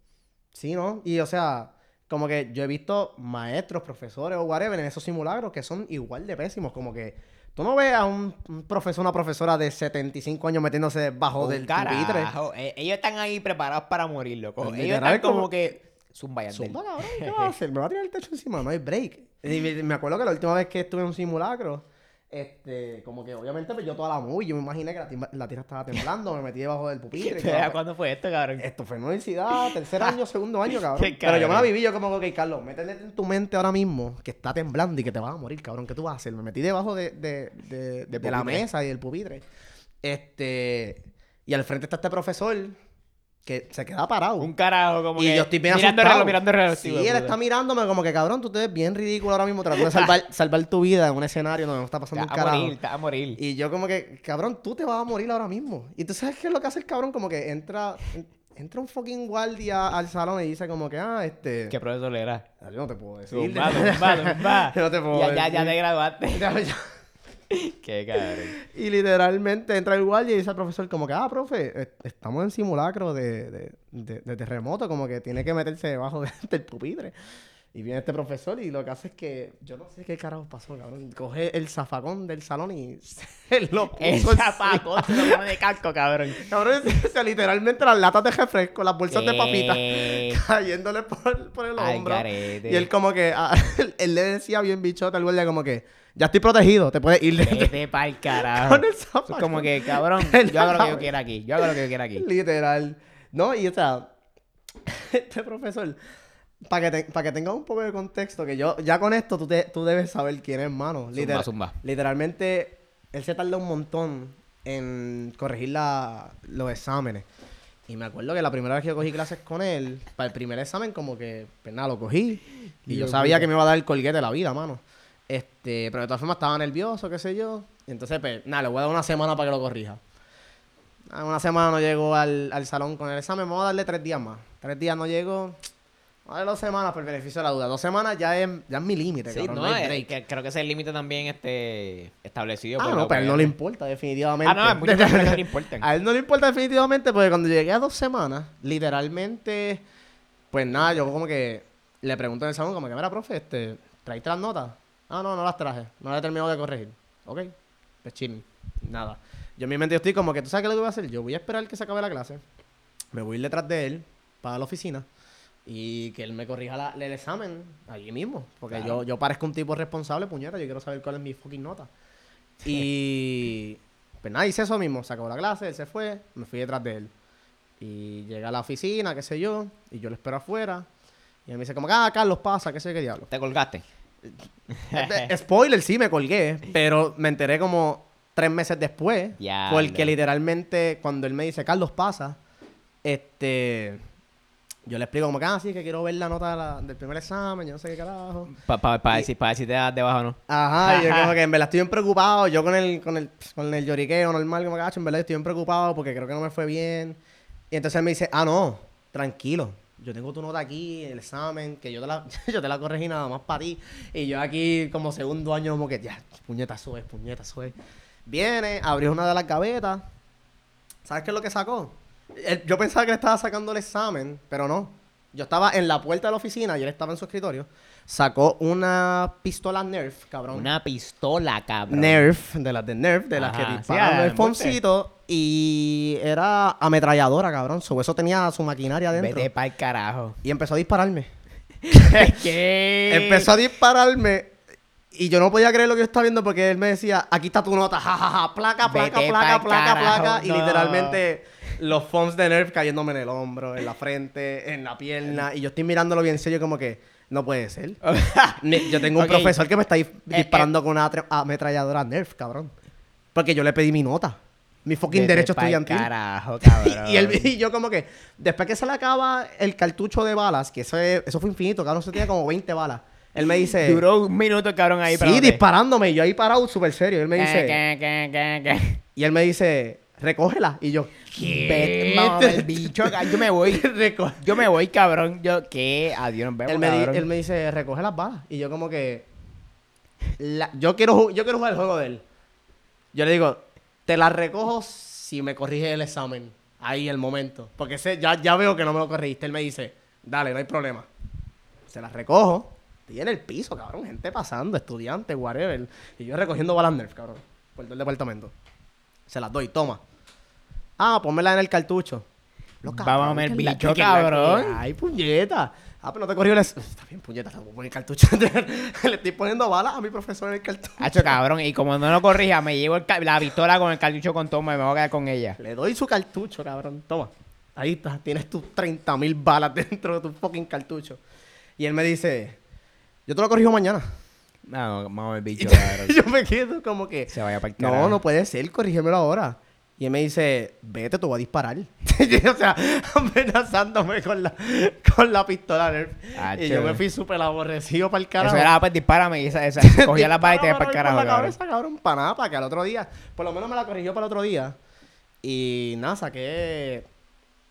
[SPEAKER 2] Sí, ¿no? Y o sea, como que yo he visto maestros, profesores o whatever en esos simulacros que son igual de pésimos. Como que tú no ves a un, un profesor, una profesora de 75 años metiéndose debajo
[SPEAKER 1] Un
[SPEAKER 2] del pupitre.
[SPEAKER 1] carajo. Eh, ellos están ahí preparados para morir, loco.
[SPEAKER 2] Pues,
[SPEAKER 1] ellos
[SPEAKER 2] literal,
[SPEAKER 1] están como,
[SPEAKER 2] como-
[SPEAKER 1] que. Zumba, Yandel. [LAUGHS]
[SPEAKER 2] Zumba, cabrón, ¿qué vas a hacer? Me va a tirar el techo encima, no hay break. Y me- me acuerdo que la última vez que estuve en un simulacro, este, como que obviamente pues, yo toda la muy, yo me imaginé que la, timba- la tierra estaba temblando, me metí debajo del
[SPEAKER 1] [LAUGHS]
[SPEAKER 2] pupitre. y toda la-
[SPEAKER 1] ¿Cuándo fue esto, cabrón?
[SPEAKER 2] Esto fue en la universidad, tercer año,
[SPEAKER 1] [LAUGHS]
[SPEAKER 2] segundo año, cabrón.
[SPEAKER 1] Qué
[SPEAKER 2] Pero yo me la
[SPEAKER 1] cabrón.
[SPEAKER 2] viví, yo como, ok, Carlos, métele en tu mente ahora mismo que está temblando y que te vas a morir, cabrón. ¿Qué tú vas a hacer? Me metí debajo de, de- de- de la
[SPEAKER 1] pupitre.
[SPEAKER 2] mesa y del pupitre. Este. Y al frente está este profesor que se queda parado.
[SPEAKER 1] Un carajo, como
[SPEAKER 2] y
[SPEAKER 1] que
[SPEAKER 2] yo estoy bien
[SPEAKER 1] mirando el
[SPEAKER 2] asustado.
[SPEAKER 1] reloj, mirando el reloj.
[SPEAKER 2] Sí,
[SPEAKER 1] hijo de
[SPEAKER 2] él
[SPEAKER 1] puta.
[SPEAKER 2] está mirándome como que, cabrón, tú te ves bien ridículo ahora mismo tratando de salvar,
[SPEAKER 1] [LAUGHS]
[SPEAKER 2] salvar tu vida en un escenario donde no está
[SPEAKER 1] Te
[SPEAKER 2] pasando
[SPEAKER 1] vas
[SPEAKER 2] un
[SPEAKER 1] a
[SPEAKER 2] carajo.
[SPEAKER 1] morir, te vas a morir.
[SPEAKER 2] Y yo como que, cabrón, tú te vas a morir ahora mismo. Y tú sabes qué es lo que hace el cabrón, como que entra, en- entra un fucking guardia al salón y dice como que, ah, este...
[SPEAKER 1] [LAUGHS] ¿Qué profesor era?
[SPEAKER 2] Ah, Yo no te puedo decir.
[SPEAKER 1] Zumba,
[SPEAKER 2] [LAUGHS]
[SPEAKER 1] zumba, zumba.
[SPEAKER 2] Yo no te puedo
[SPEAKER 1] Ya, ya, ya
[SPEAKER 2] decir.
[SPEAKER 1] te graduaste. [LAUGHS]
[SPEAKER 2] [LAUGHS] Ya, ya.
[SPEAKER 1] Qué cabrón.
[SPEAKER 2] Y literalmente entra el guardia y dice al profesor como que, ah, profe, eh, estamos en simulacro de, de- de- de terremoto, como que tiene que meterse debajo [LAUGHS] de- del pupitre. Y viene este profesor y lo que hace es que, yo no sé qué carajo pasó, cabrón, coge el zafacón del salón y [LAUGHS] se lo puso
[SPEAKER 1] El
[SPEAKER 2] encima.
[SPEAKER 1] zapaco se lo pone de casco, cabrón.
[SPEAKER 2] Cabrón, o sea, literalmente las latas de refresco, las bolsas de papitas
[SPEAKER 1] Eh,
[SPEAKER 2] [LAUGHS] cayéndole por, por el
[SPEAKER 1] Al
[SPEAKER 2] hombro.
[SPEAKER 1] garete.
[SPEAKER 2] Y él como que, ah, [LAUGHS] él le decía bien bichota al guardia como que, ya estoy protegido, te puedes ir de
[SPEAKER 1] Vete pa'l carajo.
[SPEAKER 2] [LAUGHS] con el
[SPEAKER 1] Eso
[SPEAKER 2] zapato.
[SPEAKER 1] es como que, cabrón,
[SPEAKER 2] Él
[SPEAKER 1] yo hago lo que yo
[SPEAKER 2] acaba-
[SPEAKER 1] quiera aquí. Yo hago lo que yo quiera aquí. Este
[SPEAKER 2] Literal. No, y o sea, [LAUGHS] este profesor, para que, te- pa' que tengas un poco de contexto, que yo, ya con esto tú, te- tú debes saber quién es, mano. Literal-
[SPEAKER 1] zumba.
[SPEAKER 2] Literalmente, él se tarda un montón en corregir la- los exámenes. Y me acuerdo que la primera vez que yo cogí clases con él, para el primer examen, como que, pues nada, lo cogí. Y yo
[SPEAKER 1] Dios
[SPEAKER 2] sabía
[SPEAKER 1] mío.
[SPEAKER 2] que me iba a dar el colguete de la vida, mano. Este, pero de todas formas estaba nervioso, qué sé yo. Y entonces, pues, nada, le voy a dar una semana para que lo corrija. Ah, Una semana no llegó al, al salón con el examen, vamos a darle tres días más. Tres días no llegó. Vamos a darle dos semanas por el beneficio de la duda. Dos semanas ya es, ya es mi límite,
[SPEAKER 1] Sí,
[SPEAKER 2] cabrón,
[SPEAKER 1] no,
[SPEAKER 2] no hay
[SPEAKER 1] eh,
[SPEAKER 2] break.
[SPEAKER 1] que- creo que ese es el límite también este, establecido.
[SPEAKER 2] Ah,
[SPEAKER 1] por
[SPEAKER 2] no,
[SPEAKER 1] la
[SPEAKER 2] pero a él no
[SPEAKER 1] UPR.
[SPEAKER 2] le importa, definitivamente.
[SPEAKER 1] Ah, no, hay
[SPEAKER 2] [LAUGHS]
[SPEAKER 1] muchas cosas que no le importan.
[SPEAKER 2] A él no le importa definitivamente porque cuando llegué a dos semanas, literalmente, pues nada, yo como que le pregunto en el salón, como que, mira, profe, este, ¿traíste las notas? Ah, no, no las traje, no las he terminado de corregir. Ok, pues chill, nada. Yo en mi mente yo estoy como que, ¿tú sabes qué es lo que voy a hacer? Yo voy a esperar que se acabe la clase, me voy a ir detrás de él para la oficina y que él me corrija la- el examen allí mismo, porque
[SPEAKER 1] Claro.
[SPEAKER 2] yo, yo parezco un tipo responsable, puñeta, yo quiero saber cuál es mi fucking nota. Y pues nada, hice eso mismo. Se acabó la clase, él se fue, me fui detrás de él. Y llega a la oficina, qué sé yo, y yo lo espero afuera. Y él me dice como, ah, Carlos, pasa, qué sé yo, qué
[SPEAKER 1] [LAUGHS]
[SPEAKER 2] diablo.
[SPEAKER 1] Te colgaste.
[SPEAKER 2] Eh, Spoiler, sí, me colgué, pero me enteré como tres meses después.
[SPEAKER 1] Ya,
[SPEAKER 2] Porque
[SPEAKER 1] no.
[SPEAKER 2] literalmente cuando él me dice, Carlos, pasa, este... Yo le explico como que, ah, sí, que quiero ver la nota de la- del primer examen, yo no sé qué carajo.
[SPEAKER 1] Para pa, pa, decir- pa decir te das debajo o no.
[SPEAKER 2] Ajá, y yo
[SPEAKER 1] Ajá.
[SPEAKER 2] como que en verdad estoy bien preocupado. Yo con el, con el, con el lloriqueo normal, como cacho, en verdad estoy bien preocupado porque creo que no me fue bien. Y entonces él me dice, ah, no, tranquilo. Yo tengo tu nota aquí, el examen, que yo te la, [LAUGHS] yo te la corregí nada más para ti. Y yo aquí como segundo año como que, ya, puñetazo es, puñetazo es. Viene, abrió una de las gavetas. ¿Sabes qué es lo que sacó? Él- yo pensaba que le estaba sacando el examen, pero no. Yo estaba en la puerta de la oficina y él estaba en su escritorio. Sacó una pistola Nerf, cabrón.
[SPEAKER 1] Una pistola, cabrón.
[SPEAKER 2] Nerf, de las de Nerf, de las
[SPEAKER 1] Ajá,
[SPEAKER 2] que
[SPEAKER 1] sí,
[SPEAKER 2] disparan
[SPEAKER 1] ah,
[SPEAKER 2] el
[SPEAKER 1] embuste.
[SPEAKER 2] foncito. Y era ametralladora, cabrón. Su eso tenía su maquinaria adentro.
[SPEAKER 1] Vete pa'l
[SPEAKER 2] [LAUGHS]
[SPEAKER 1] carajo.
[SPEAKER 2] Y empezó a dispararme.
[SPEAKER 1] ¿Qué?
[SPEAKER 2] Empezó a dispararme. Y yo no podía creer lo que yo estaba viendo porque él me decía, aquí está tu nota, jajaja, placa, placa,
[SPEAKER 1] Vete
[SPEAKER 2] placa,
[SPEAKER 1] pa'l
[SPEAKER 2] placa,
[SPEAKER 1] carajo,
[SPEAKER 2] placa. Y
[SPEAKER 1] no.
[SPEAKER 2] literalmente los foams de Nerf cayéndome en el hombro, en la frente, en la pierna. Y yo estoy mirándolo bien serio como que, no puede ser.
[SPEAKER 1] [LAUGHS]
[SPEAKER 2] Ni- yo tengo un
[SPEAKER 1] Ok.
[SPEAKER 2] profesor que me está dif-
[SPEAKER 1] eh.
[SPEAKER 2] disparando con una atre- ametralladora Nerf, cabrón. Porque yo le pedí mi nota, mi fucking
[SPEAKER 1] Vete
[SPEAKER 2] derecho
[SPEAKER 1] pa'l
[SPEAKER 2] estudiantil.
[SPEAKER 1] Carajo,
[SPEAKER 2] [LAUGHS] Y-
[SPEAKER 1] cabrón.
[SPEAKER 2] Y, él- y yo como que, después que se le acaba el cartucho de balas, que eso, es- eso fue infinito, cabrón, se tenía como 20 balas. Él me dice...
[SPEAKER 1] Duró un minuto, cabrón, ahí para
[SPEAKER 2] sí,
[SPEAKER 1] dónde.
[SPEAKER 2] disparándome. y Yo ahí parado, súper serio. Y él me dice...
[SPEAKER 1] Eh, Que, que, que, que.
[SPEAKER 2] Y él me dice, recógela. Y yo...
[SPEAKER 1] Vete, mamá, el bicho, acá, yo me voy.
[SPEAKER 2] [LAUGHS] Reco-
[SPEAKER 1] Yo me voy, cabrón. Yo, ¿qué? Adiós, nos vemos,
[SPEAKER 2] él, me di-
[SPEAKER 1] cabrón.
[SPEAKER 2] él me dice, recoge las balas. Y yo como que... la- yo, quiero, ju- yo quiero jugar el juego de él. Yo le digo, te las recojo si me corriges el examen. Ahí, el momento. Porque sé- ya, ya veo que no me lo corregiste. Él me dice, dale, no hay problema. Se las recojo. Estoy en el piso, cabrón. Gente pasando, estudiantes, whatever. Y yo recogiendo balas Nerf, cabrón. Por todo el departamento. Se las doy, toma. Ah, pónmela en el cartucho. Lo
[SPEAKER 1] Vamos a comer
[SPEAKER 2] que es la-
[SPEAKER 1] bicho,
[SPEAKER 2] que es la que
[SPEAKER 1] cabrón.
[SPEAKER 2] Ay, puñeta. Ah, pero no te corrió el... Está bien, puñeta, te voy a poner el cartucho. [LAUGHS] Le estoy poniendo balas a mi profesor en el cartucho.
[SPEAKER 1] Hacho, cabrón. Y como no lo corrija, me llevo el ca- la pistola con el cartucho con toma y me voy a quedar con ella.
[SPEAKER 2] Le doy su cartucho, cabrón. Toma. Ahí está. Tienes tus 30 mil balas [LAUGHS] dentro de tu fucking cartucho. Y él me dice, yo te lo corrijo mañana. [LAUGHS]
[SPEAKER 1] No, vamos el bicho, cabrón.
[SPEAKER 2] Y yo me quedo como que...
[SPEAKER 1] Se vaya para el
[SPEAKER 2] No,
[SPEAKER 1] carajo.
[SPEAKER 2] no puede ser, corrígemelo ahora. Y él me dice, vete, te voy a disparar. [LAUGHS] o sea, amenazándome con la, con la pistola. Nerf.
[SPEAKER 1] Ah,
[SPEAKER 2] y yo
[SPEAKER 1] chévere.
[SPEAKER 2] me fui súper aborrecido para el carajo.
[SPEAKER 1] Eso era, pues dispárame. Y
[SPEAKER 2] [LAUGHS]
[SPEAKER 1] esa, esa, cogía la bala y te iba
[SPEAKER 2] Dispárame,
[SPEAKER 1] para el carajo,
[SPEAKER 2] por la
[SPEAKER 1] cabrón.
[SPEAKER 2] cabeza, cabrón, para nada, para que al otro día... Por lo menos me la corrigió para el otro día. Y nada, saqué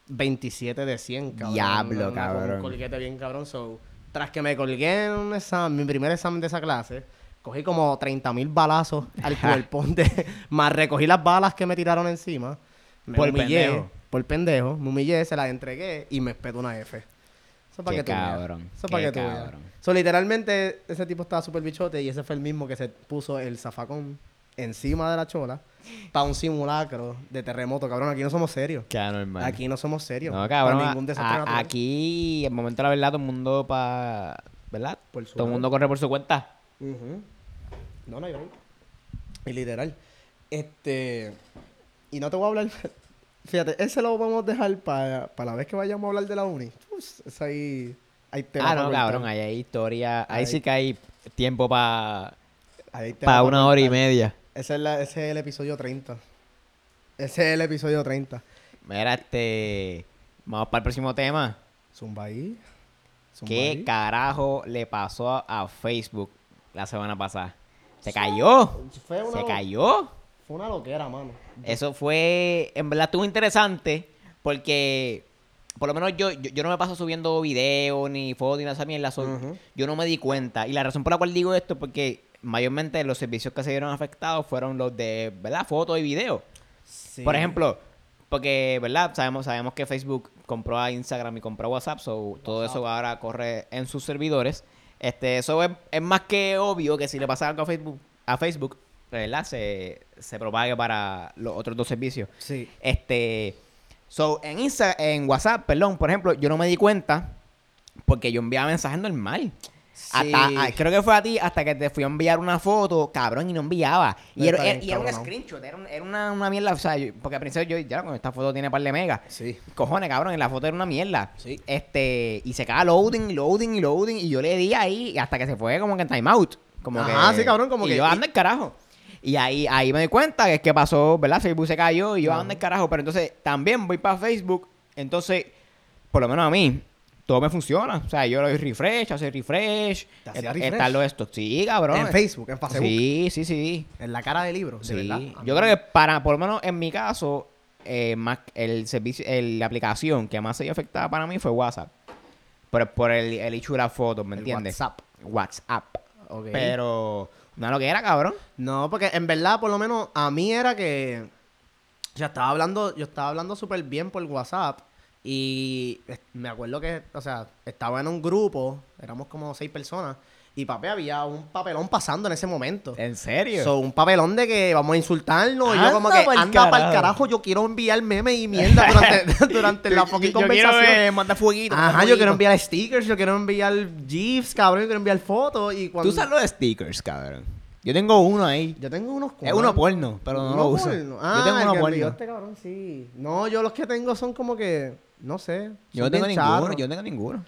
[SPEAKER 2] 27 de 100, cabrón.
[SPEAKER 1] Diablo,
[SPEAKER 2] Una- una-
[SPEAKER 1] cabrón.
[SPEAKER 2] Un colguete bien cabrón. So, tras que me colgué en un examen, mi primer examen de esa clase, cogí como 30 mil
[SPEAKER 1] [LAUGHS]
[SPEAKER 2] balazos al cuerpo. de- más recogí las balas que me tiraron encima. Me
[SPEAKER 1] Por
[SPEAKER 2] humillé.
[SPEAKER 1] pendejo.
[SPEAKER 2] Por pendejo. Me humillé, se las entregué y me espetó una F. Eso para
[SPEAKER 1] Qué
[SPEAKER 2] que tú veas.
[SPEAKER 1] cabrón,
[SPEAKER 2] Eso para
[SPEAKER 1] qué
[SPEAKER 2] que tú veas.
[SPEAKER 1] cabrón.
[SPEAKER 2] So, literalmente, ese tipo estaba súper bichote y ese fue el mismo que se puso el zafacón encima de la chola para un simulacro de terremoto. Cabrón, aquí no somos serios.
[SPEAKER 1] Qué anormal.
[SPEAKER 2] Aquí no somos serios.
[SPEAKER 1] No,
[SPEAKER 2] Para
[SPEAKER 1] cabrón.
[SPEAKER 2] ningún
[SPEAKER 1] a-
[SPEAKER 2] desastre
[SPEAKER 1] a-
[SPEAKER 2] natural.
[SPEAKER 1] aquí, el momento de la verdad, todo el mundo para. ¿Verdad?
[SPEAKER 2] Por su
[SPEAKER 1] todo el
[SPEAKER 2] lado.
[SPEAKER 1] mundo corre por su cuenta.
[SPEAKER 2] Ujú. No, no hay bronca. Y literal. Este. Y no te voy a hablar. [LAUGHS] Fíjate, ese lo vamos a dejar para la vez que vayamos a hablar de la uni. Ups, es ahí. Hay tema
[SPEAKER 1] Ah,
[SPEAKER 2] pa'
[SPEAKER 1] no,
[SPEAKER 2] cortar.
[SPEAKER 1] cabrón. Ahí hay historia. Ahí,
[SPEAKER 2] Ahí.
[SPEAKER 1] sí que hay tiempo para
[SPEAKER 2] Ahí hay tema
[SPEAKER 1] pa
[SPEAKER 2] pa'
[SPEAKER 1] una hora y
[SPEAKER 2] cortar.
[SPEAKER 1] media.
[SPEAKER 2] Ese es, la- ese es el episodio 30. Ese es el episodio 30.
[SPEAKER 1] Mira, este. Vamos para el próximo tema.
[SPEAKER 2] Zumba ahí. Zumba
[SPEAKER 1] ¿Qué
[SPEAKER 2] ahí.
[SPEAKER 1] carajo le pasó a- a Facebook la semana pasada? ¿Se cayó?
[SPEAKER 2] Fue una,
[SPEAKER 1] ¿Se
[SPEAKER 2] lo-
[SPEAKER 1] cayó?
[SPEAKER 2] Fue una loquera, mano.
[SPEAKER 1] Eso fue, en verdad estuvo interesante porque por lo menos yo, yo, yo no me paso subiendo videos ni fotos ni nada de esa mierda. so-
[SPEAKER 2] Ujú.
[SPEAKER 1] Yo no me di cuenta. Y la razón por la cual digo esto es porque mayormente los servicios que se vieron afectados fueron los de, ¿verdad? Fotos y videos. Por ejemplo, porque, ¿verdad? Sabemos, sabemos que Facebook compró a Instagram y compró a WhatsApp, so todo eso ahora corre en sus servidores. Este, eso es, es más que obvio que si le pasa algo a Facebook, a Facebook, ¿verdad? Se, se propague para los otros dos servicios.
[SPEAKER 2] Sí.
[SPEAKER 1] Este, so en Insta, en WhatsApp, perdón, por ejemplo, yo no me di cuenta porque yo enviaba mensajes normal. Hasta,
[SPEAKER 2] Sí.
[SPEAKER 1] ah, creo que fue a ti hasta que te fui a enviar una foto, cabrón, y no enviaba. Y
[SPEAKER 2] No,
[SPEAKER 1] era,
[SPEAKER 2] está bien,
[SPEAKER 1] era- y era un
[SPEAKER 2] cabrón.
[SPEAKER 1] screenshot, era, un- era una, una mierda. O sea, yo- porque al principio yo, ya, con esta foto tiene par de megas.
[SPEAKER 2] Sí.
[SPEAKER 1] Cojones, cabrón, en la foto era una mierda.
[SPEAKER 2] Sí.
[SPEAKER 1] Este, y se quedaba loading, y loading, y loading. Y yo le di ahí y hasta que se fue como que en timeout. Como
[SPEAKER 2] Ajá,
[SPEAKER 1] que,
[SPEAKER 2] sí, cabrón, como
[SPEAKER 1] y
[SPEAKER 2] que-
[SPEAKER 1] yo, anda el carajo. Y ahí, ahí me di cuenta que es que pasó, ¿verdad? Facebook se cayó y yo, anda el carajo. Pero entonces también voy para Facebook. Entonces, por lo menos a mí, todo me funciona. O sea, yo lo doy refresh, hace refresh.
[SPEAKER 2] ¿Te hacía
[SPEAKER 1] et-
[SPEAKER 2] refresh?
[SPEAKER 1] Está lo esto. Sí, cabrón.
[SPEAKER 2] En Facebook, en Facebook.
[SPEAKER 1] Sí, sí, sí.
[SPEAKER 2] En la cara del libro. de
[SPEAKER 1] Sí.
[SPEAKER 2] verdad.
[SPEAKER 1] Yo creo que para, por lo menos en mi caso, eh, más el servicio, el- la aplicación que más se vio afectada para mí fue WhatsApp. Por, por el, el hecho de las fotos, ¿me
[SPEAKER 2] El
[SPEAKER 1] entiendes?
[SPEAKER 2] WhatsApp.
[SPEAKER 1] WhatsApp.
[SPEAKER 2] Ok.
[SPEAKER 1] Pero, no lo que era, cabrón.
[SPEAKER 2] No, porque en verdad, por lo menos a mí era que. Yo estaba hablando, yo estaba hablando súper bien por WhatsApp. Y es- me acuerdo que, o sea, estaba en un grupo, éramos como seis personas. Y papi, había un papelón pasando en ese momento.
[SPEAKER 1] ¿En serio?
[SPEAKER 2] So, un papelón de que vamos a insultarnos. y yo como
[SPEAKER 1] Anda
[SPEAKER 2] que,
[SPEAKER 1] pa'l
[SPEAKER 2] anda para
[SPEAKER 1] carajo".
[SPEAKER 2] el carajo, yo quiero enviar memes y mierda
[SPEAKER 1] [LAUGHS]
[SPEAKER 2] durante, [LAUGHS] durante la fucking conversación.
[SPEAKER 1] manda fueguito.
[SPEAKER 2] Ajá, yo quiero enviar stickers, yo quiero enviar GIFs, cabrón, yo quiero enviar fotos. Y cuando...
[SPEAKER 1] Tú usas los stickers, cabrón. Yo tengo uno ahí.
[SPEAKER 2] Yo tengo unos
[SPEAKER 1] Es uno porno, pero no lo uso.
[SPEAKER 2] porno.
[SPEAKER 1] yo
[SPEAKER 2] Ah,
[SPEAKER 1] tengo
[SPEAKER 2] el
[SPEAKER 1] uno
[SPEAKER 2] que envió
[SPEAKER 1] porno.
[SPEAKER 2] este cabrón, sí. No, yo los que tengo son como que, no sé.
[SPEAKER 1] Yo no
[SPEAKER 2] son
[SPEAKER 1] tengo
[SPEAKER 2] bien
[SPEAKER 1] ninguno,
[SPEAKER 2] charros.
[SPEAKER 1] yo no tengo ninguno.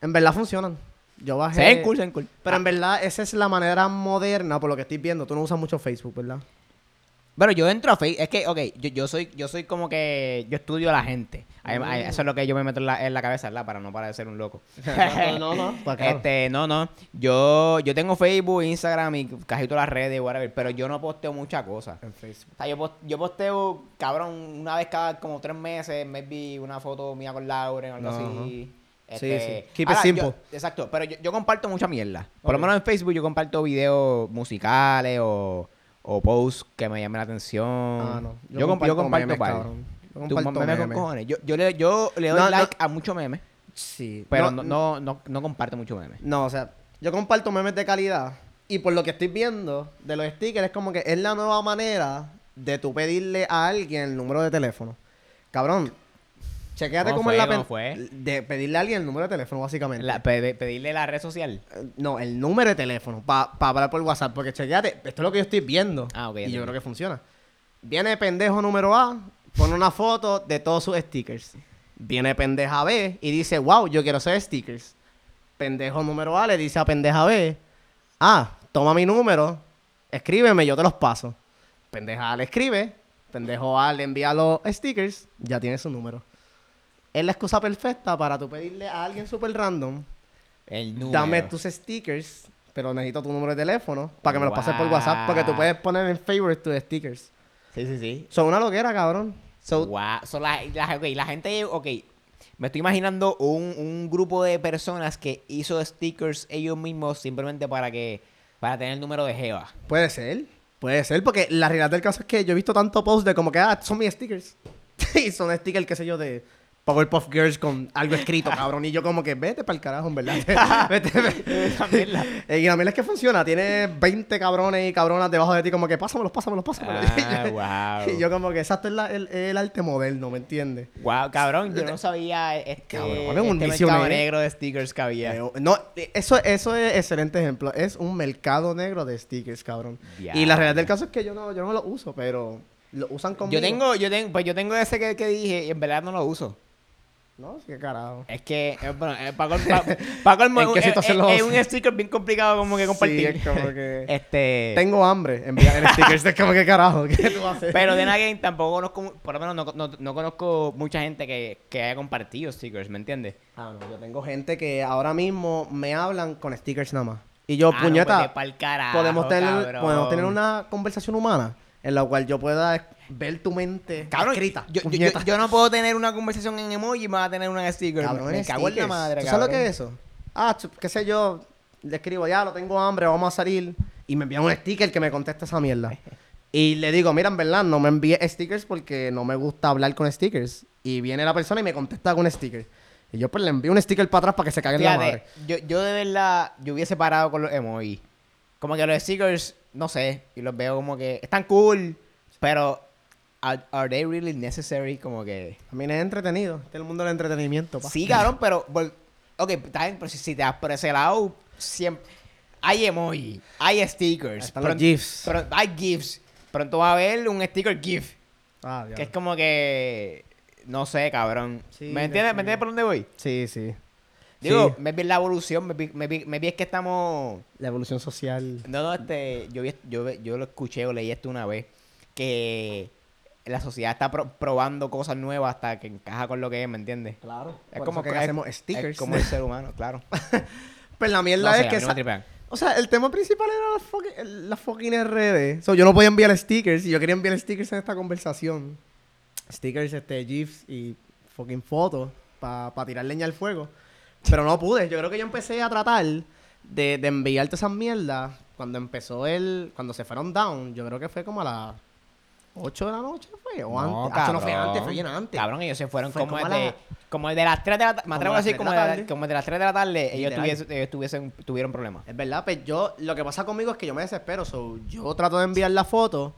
[SPEAKER 2] En verdad funcionan. Yo bajé.
[SPEAKER 1] Se ven cool, se ven cool.
[SPEAKER 2] Pero en
[SPEAKER 1] Ah,
[SPEAKER 2] verdad, esa es la manera moderna, por lo que estoy viendo. Tú no usas mucho Facebook,
[SPEAKER 1] [LAUGHS]
[SPEAKER 2] ¿verdad?
[SPEAKER 1] pero yo entro a Facebook, es que, ok, yo, yo soy yo soy como que, yo estudio a la gente. Ay,
[SPEAKER 2] Mm.
[SPEAKER 1] ay, eso es lo que yo me meto en la, en la cabeza, ¿verdad? Para no parecer un loco.
[SPEAKER 2] no, [LAUGHS] no.
[SPEAKER 1] Este, no, no. Yo, yo tengo Facebook, Instagram y casi todas las redes, whatever, pero yo no posteo muchas cosas.
[SPEAKER 2] En Facebook.
[SPEAKER 1] O sea, yo, post- yo posteo, cabrón, una vez cada como tres meses, maybe una foto mía con Lauren o algo
[SPEAKER 2] Ajá.
[SPEAKER 1] así. Este,
[SPEAKER 2] Sí, sí. Keep it simple.
[SPEAKER 1] yo- exacto, pero yo, yo comparto mucha mierda. Por lo
[SPEAKER 2] Ok.
[SPEAKER 1] menos en Facebook yo comparto videos musicales o, o posts que me llamen la atención.
[SPEAKER 2] Ah, no.
[SPEAKER 1] Yo, comp- yo comparto
[SPEAKER 2] memes,
[SPEAKER 1] par.
[SPEAKER 2] cabrón. Yo
[SPEAKER 1] Tú,
[SPEAKER 2] comparto
[SPEAKER 1] memes con
[SPEAKER 2] memes.
[SPEAKER 1] cojones. Yo, yo le, yo le doy
[SPEAKER 2] No, no.
[SPEAKER 1] like a muchos memes,
[SPEAKER 2] Sí.
[SPEAKER 1] pero no, no, no, no comparto muchos memes.
[SPEAKER 2] No, o sea, yo comparto memes de calidad. Y por lo que estoy viendo de los stickers, es como que es la nueva manera de tú pedirle a alguien el número de teléfono. Cabrón, chequéate
[SPEAKER 1] ¿Cómo
[SPEAKER 2] cómo,
[SPEAKER 1] fue?
[SPEAKER 2] es la
[SPEAKER 1] ¿Cómo
[SPEAKER 2] pen-
[SPEAKER 1] fue?
[SPEAKER 2] De pedirle a alguien el número de teléfono, básicamente.
[SPEAKER 1] La- pe- pedirle la red social.
[SPEAKER 2] Eh, No, el número de teléfono para hablar por WhatsApp. Porque chequéate, esto es lo que yo estoy viendo.
[SPEAKER 1] Ah, ok,
[SPEAKER 2] Y
[SPEAKER 1] entendí.
[SPEAKER 2] yo creo que funciona. Viene pendejo número A, pone una foto de todos sus stickers. Viene pendeja B y dice, wow, yo quiero hacer stickers. Pendejo número A le dice a pendeja B, ah, toma mi número, escríbeme, yo te los paso. Pendeja A le escribe, pendejo A le envía los stickers, ya tiene su número. Es la excusa perfecta para tú pedirle a alguien super random
[SPEAKER 1] El número.
[SPEAKER 2] Dame tus stickers, pero necesito tu número de teléfono para que me los pases por
[SPEAKER 1] Wow.
[SPEAKER 2] WhatsApp, porque tú puedes poner en favorites tus stickers.
[SPEAKER 1] Sí, sí, sí.
[SPEAKER 2] Son una loquera, cabrón. So,
[SPEAKER 1] Guau, so la, la- ok, la gente, ok, me estoy imaginando un, un grupo de personas que hizo stickers ellos mismos simplemente para que, para tener el número de Jeva.
[SPEAKER 2] puede ser, puede ser, porque la realidad del caso es que yo he visto tanto post de como que, ah, son mis stickers. [LAUGHS] y son stickers, qué sé yo, de Powerpuff Girls con
[SPEAKER 1] [LAUGHS]
[SPEAKER 2] algo escrito, cabrón. Y yo como que, vete para el carajo, en verdad. vete, vete. Eh, [LAUGHS] Y la mierda es que funciona. Tiene 20 cabrones y cabronas debajo de ti como que, pásamelos, pásamelos, pásamelos. [LAUGHS] Y
[SPEAKER 1] [LAUGHS]
[SPEAKER 2] yo-
[SPEAKER 1] Ah, wow.
[SPEAKER 2] Y yo como que, exacto, es la- el, el arte moderno, ¿me entiendes?
[SPEAKER 1] Wow, cabrón, yo no sabía este,
[SPEAKER 2] Cabrón, es
[SPEAKER 1] este
[SPEAKER 2] un
[SPEAKER 1] mercado
[SPEAKER 2] visionario.
[SPEAKER 1] negro de stickers que había.
[SPEAKER 2] Eh, No, eh, eso, eso es excelente ejemplo. Es un mercado negro de stickers, cabrón. Y la realidad del caso es que yo no, yo no lo uso, pero lo usan como.
[SPEAKER 1] Yo tengo, yo tengo, pues yo tengo ese que, que dije y en verdad no lo uso.
[SPEAKER 2] No, qué carajo.
[SPEAKER 1] Es que, eh, bueno, eh, Paco, pa-
[SPEAKER 2] [LAUGHS]
[SPEAKER 1] Paco el-
[SPEAKER 2] ¿En qué
[SPEAKER 1] eh,
[SPEAKER 2] situación
[SPEAKER 1] eh,
[SPEAKER 2] lo
[SPEAKER 1] es
[SPEAKER 2] uso?
[SPEAKER 1] un sticker bien complicado como que
[SPEAKER 2] Sí,
[SPEAKER 1] compartir.
[SPEAKER 2] es como
[SPEAKER 1] [LAUGHS]
[SPEAKER 2] que-
[SPEAKER 1] este,
[SPEAKER 2] Tengo hambre. Enviar el stickers es como que carajo. ¿Qué tú haces?
[SPEAKER 1] Pero
[SPEAKER 2] [LAUGHS]
[SPEAKER 1] de Again tampoco conozco, por lo menos no, no- no conozco mucha gente que, que haya compartido stickers, ¿me entiendes?
[SPEAKER 2] Ah, no, yo tengo gente que ahora mismo me hablan con stickers nada más. Y yo,
[SPEAKER 1] Ah, no,
[SPEAKER 2] puñeta,
[SPEAKER 1] pues, pa'l carajo,
[SPEAKER 2] podemos, tener,
[SPEAKER 1] cabrón.
[SPEAKER 2] podemos tener una conversación humana en la cual yo pueda es- ver tu mente
[SPEAKER 1] Cabrón,
[SPEAKER 2] escrita.
[SPEAKER 1] yo, yo-
[SPEAKER 2] puñeta.
[SPEAKER 1] yo- yo no puedo tener una conversación en emoji y me va a tener una en sticker.
[SPEAKER 2] Cabrón,
[SPEAKER 1] me me
[SPEAKER 2] es
[SPEAKER 1] cago en la
[SPEAKER 2] stickers.
[SPEAKER 1] madre,
[SPEAKER 2] ¿Tú sabes lo
[SPEAKER 1] cabrón.
[SPEAKER 2] que es eso? Ah, chu- qué sé yo, le escribo, ya lo tengo hambre, vamos a salir. Y me envían un sticker que me contesta
[SPEAKER 1] [LAUGHS]
[SPEAKER 2] esa mierda. Y le digo, mira, en verdad, no me envíes stickers porque no me gusta hablar con stickers. Y viene la persona y me contesta con un sticker. Y yo pues le envío un sticker para atrás para que se caiga en la madre.
[SPEAKER 1] Fíjate, yo, yo de verdad, yo hubiese parado con los emojis. Como que los stickers, no sé, y los veo como que están cool, pero are, are they really necessary? Como que...
[SPEAKER 2] A mí me es entretenido. Este es el mundo del entretenimiento, pa.
[SPEAKER 1] Sí, cabrón, pero. vol- Ok, está bien, pero si, si te das por ese lado, siempre. Hay emoji, hay stickers.
[SPEAKER 2] Están los
[SPEAKER 1] pron-
[SPEAKER 2] GIFs.
[SPEAKER 1] pron- hay GIFs. Pronto va a haber un sticker GIF.
[SPEAKER 2] Ah,
[SPEAKER 1] Que es
[SPEAKER 2] diablo.
[SPEAKER 1] como que. No sé, cabrón.
[SPEAKER 2] Sí,
[SPEAKER 1] ¿Me entiendes? ¿Me
[SPEAKER 2] definitivamente.
[SPEAKER 1] entiendes por dónde voy?
[SPEAKER 2] Sí, sí.
[SPEAKER 1] Digo,
[SPEAKER 2] Sí.
[SPEAKER 1] me vi la evolución, me vi, me vi- me vi es que estamos.
[SPEAKER 2] La evolución social.
[SPEAKER 1] No, no, este, yo, vi- yo, ve- yo lo escuché o leí esto una vez, que la sociedad está pro- probando cosas nuevas hasta que encaja con lo que es, ¿me entiendes?
[SPEAKER 2] Claro.
[SPEAKER 1] Es como
[SPEAKER 2] que
[SPEAKER 1] es-
[SPEAKER 2] hacemos
[SPEAKER 1] es
[SPEAKER 2] stickers. [LAUGHS]
[SPEAKER 1] como el ser humano, claro.
[SPEAKER 2] Pues la mierda
[SPEAKER 1] No sé,
[SPEAKER 2] es
[SPEAKER 1] a
[SPEAKER 2] que
[SPEAKER 1] mí no me
[SPEAKER 2] esa-
[SPEAKER 1] tripean.
[SPEAKER 2] O sea, el tema principal era las fucking, las fucking redes. So, yo no podía enviar stickers y yo quería enviar stickers en esta conversación. Stickers, este, GIFs y fucking fotos para tirar leña al fuego. Pero no pude. Yo creo que yo empecé a tratar de, de enviarte esas mierdas cuando empezó el... Cuando se fueron down. Yo creo que fue como a la... ¿Ocho de la noche fue? ¿O
[SPEAKER 1] No,
[SPEAKER 2] antes? Ah, eso no fue
[SPEAKER 1] cabrón.
[SPEAKER 2] antes, fue bien antes.
[SPEAKER 1] Cabrón, ellos se fueron
[SPEAKER 2] Fue
[SPEAKER 1] como,
[SPEAKER 2] como a
[SPEAKER 1] de,
[SPEAKER 2] la-
[SPEAKER 1] como de las 3 de la tarde. Me atrevo a
[SPEAKER 2] las
[SPEAKER 1] decir
[SPEAKER 2] tres de
[SPEAKER 1] como, de
[SPEAKER 2] la
[SPEAKER 1] la-
[SPEAKER 2] tarde.
[SPEAKER 1] como de las 3 de la tarde, ellos,
[SPEAKER 2] Literal.
[SPEAKER 1] tuviesen, ellos tuviesen- tuvieron problemas.
[SPEAKER 2] Es verdad, pues yo, lo que pasa conmigo es que yo me desespero. so, yo trato de enviar la foto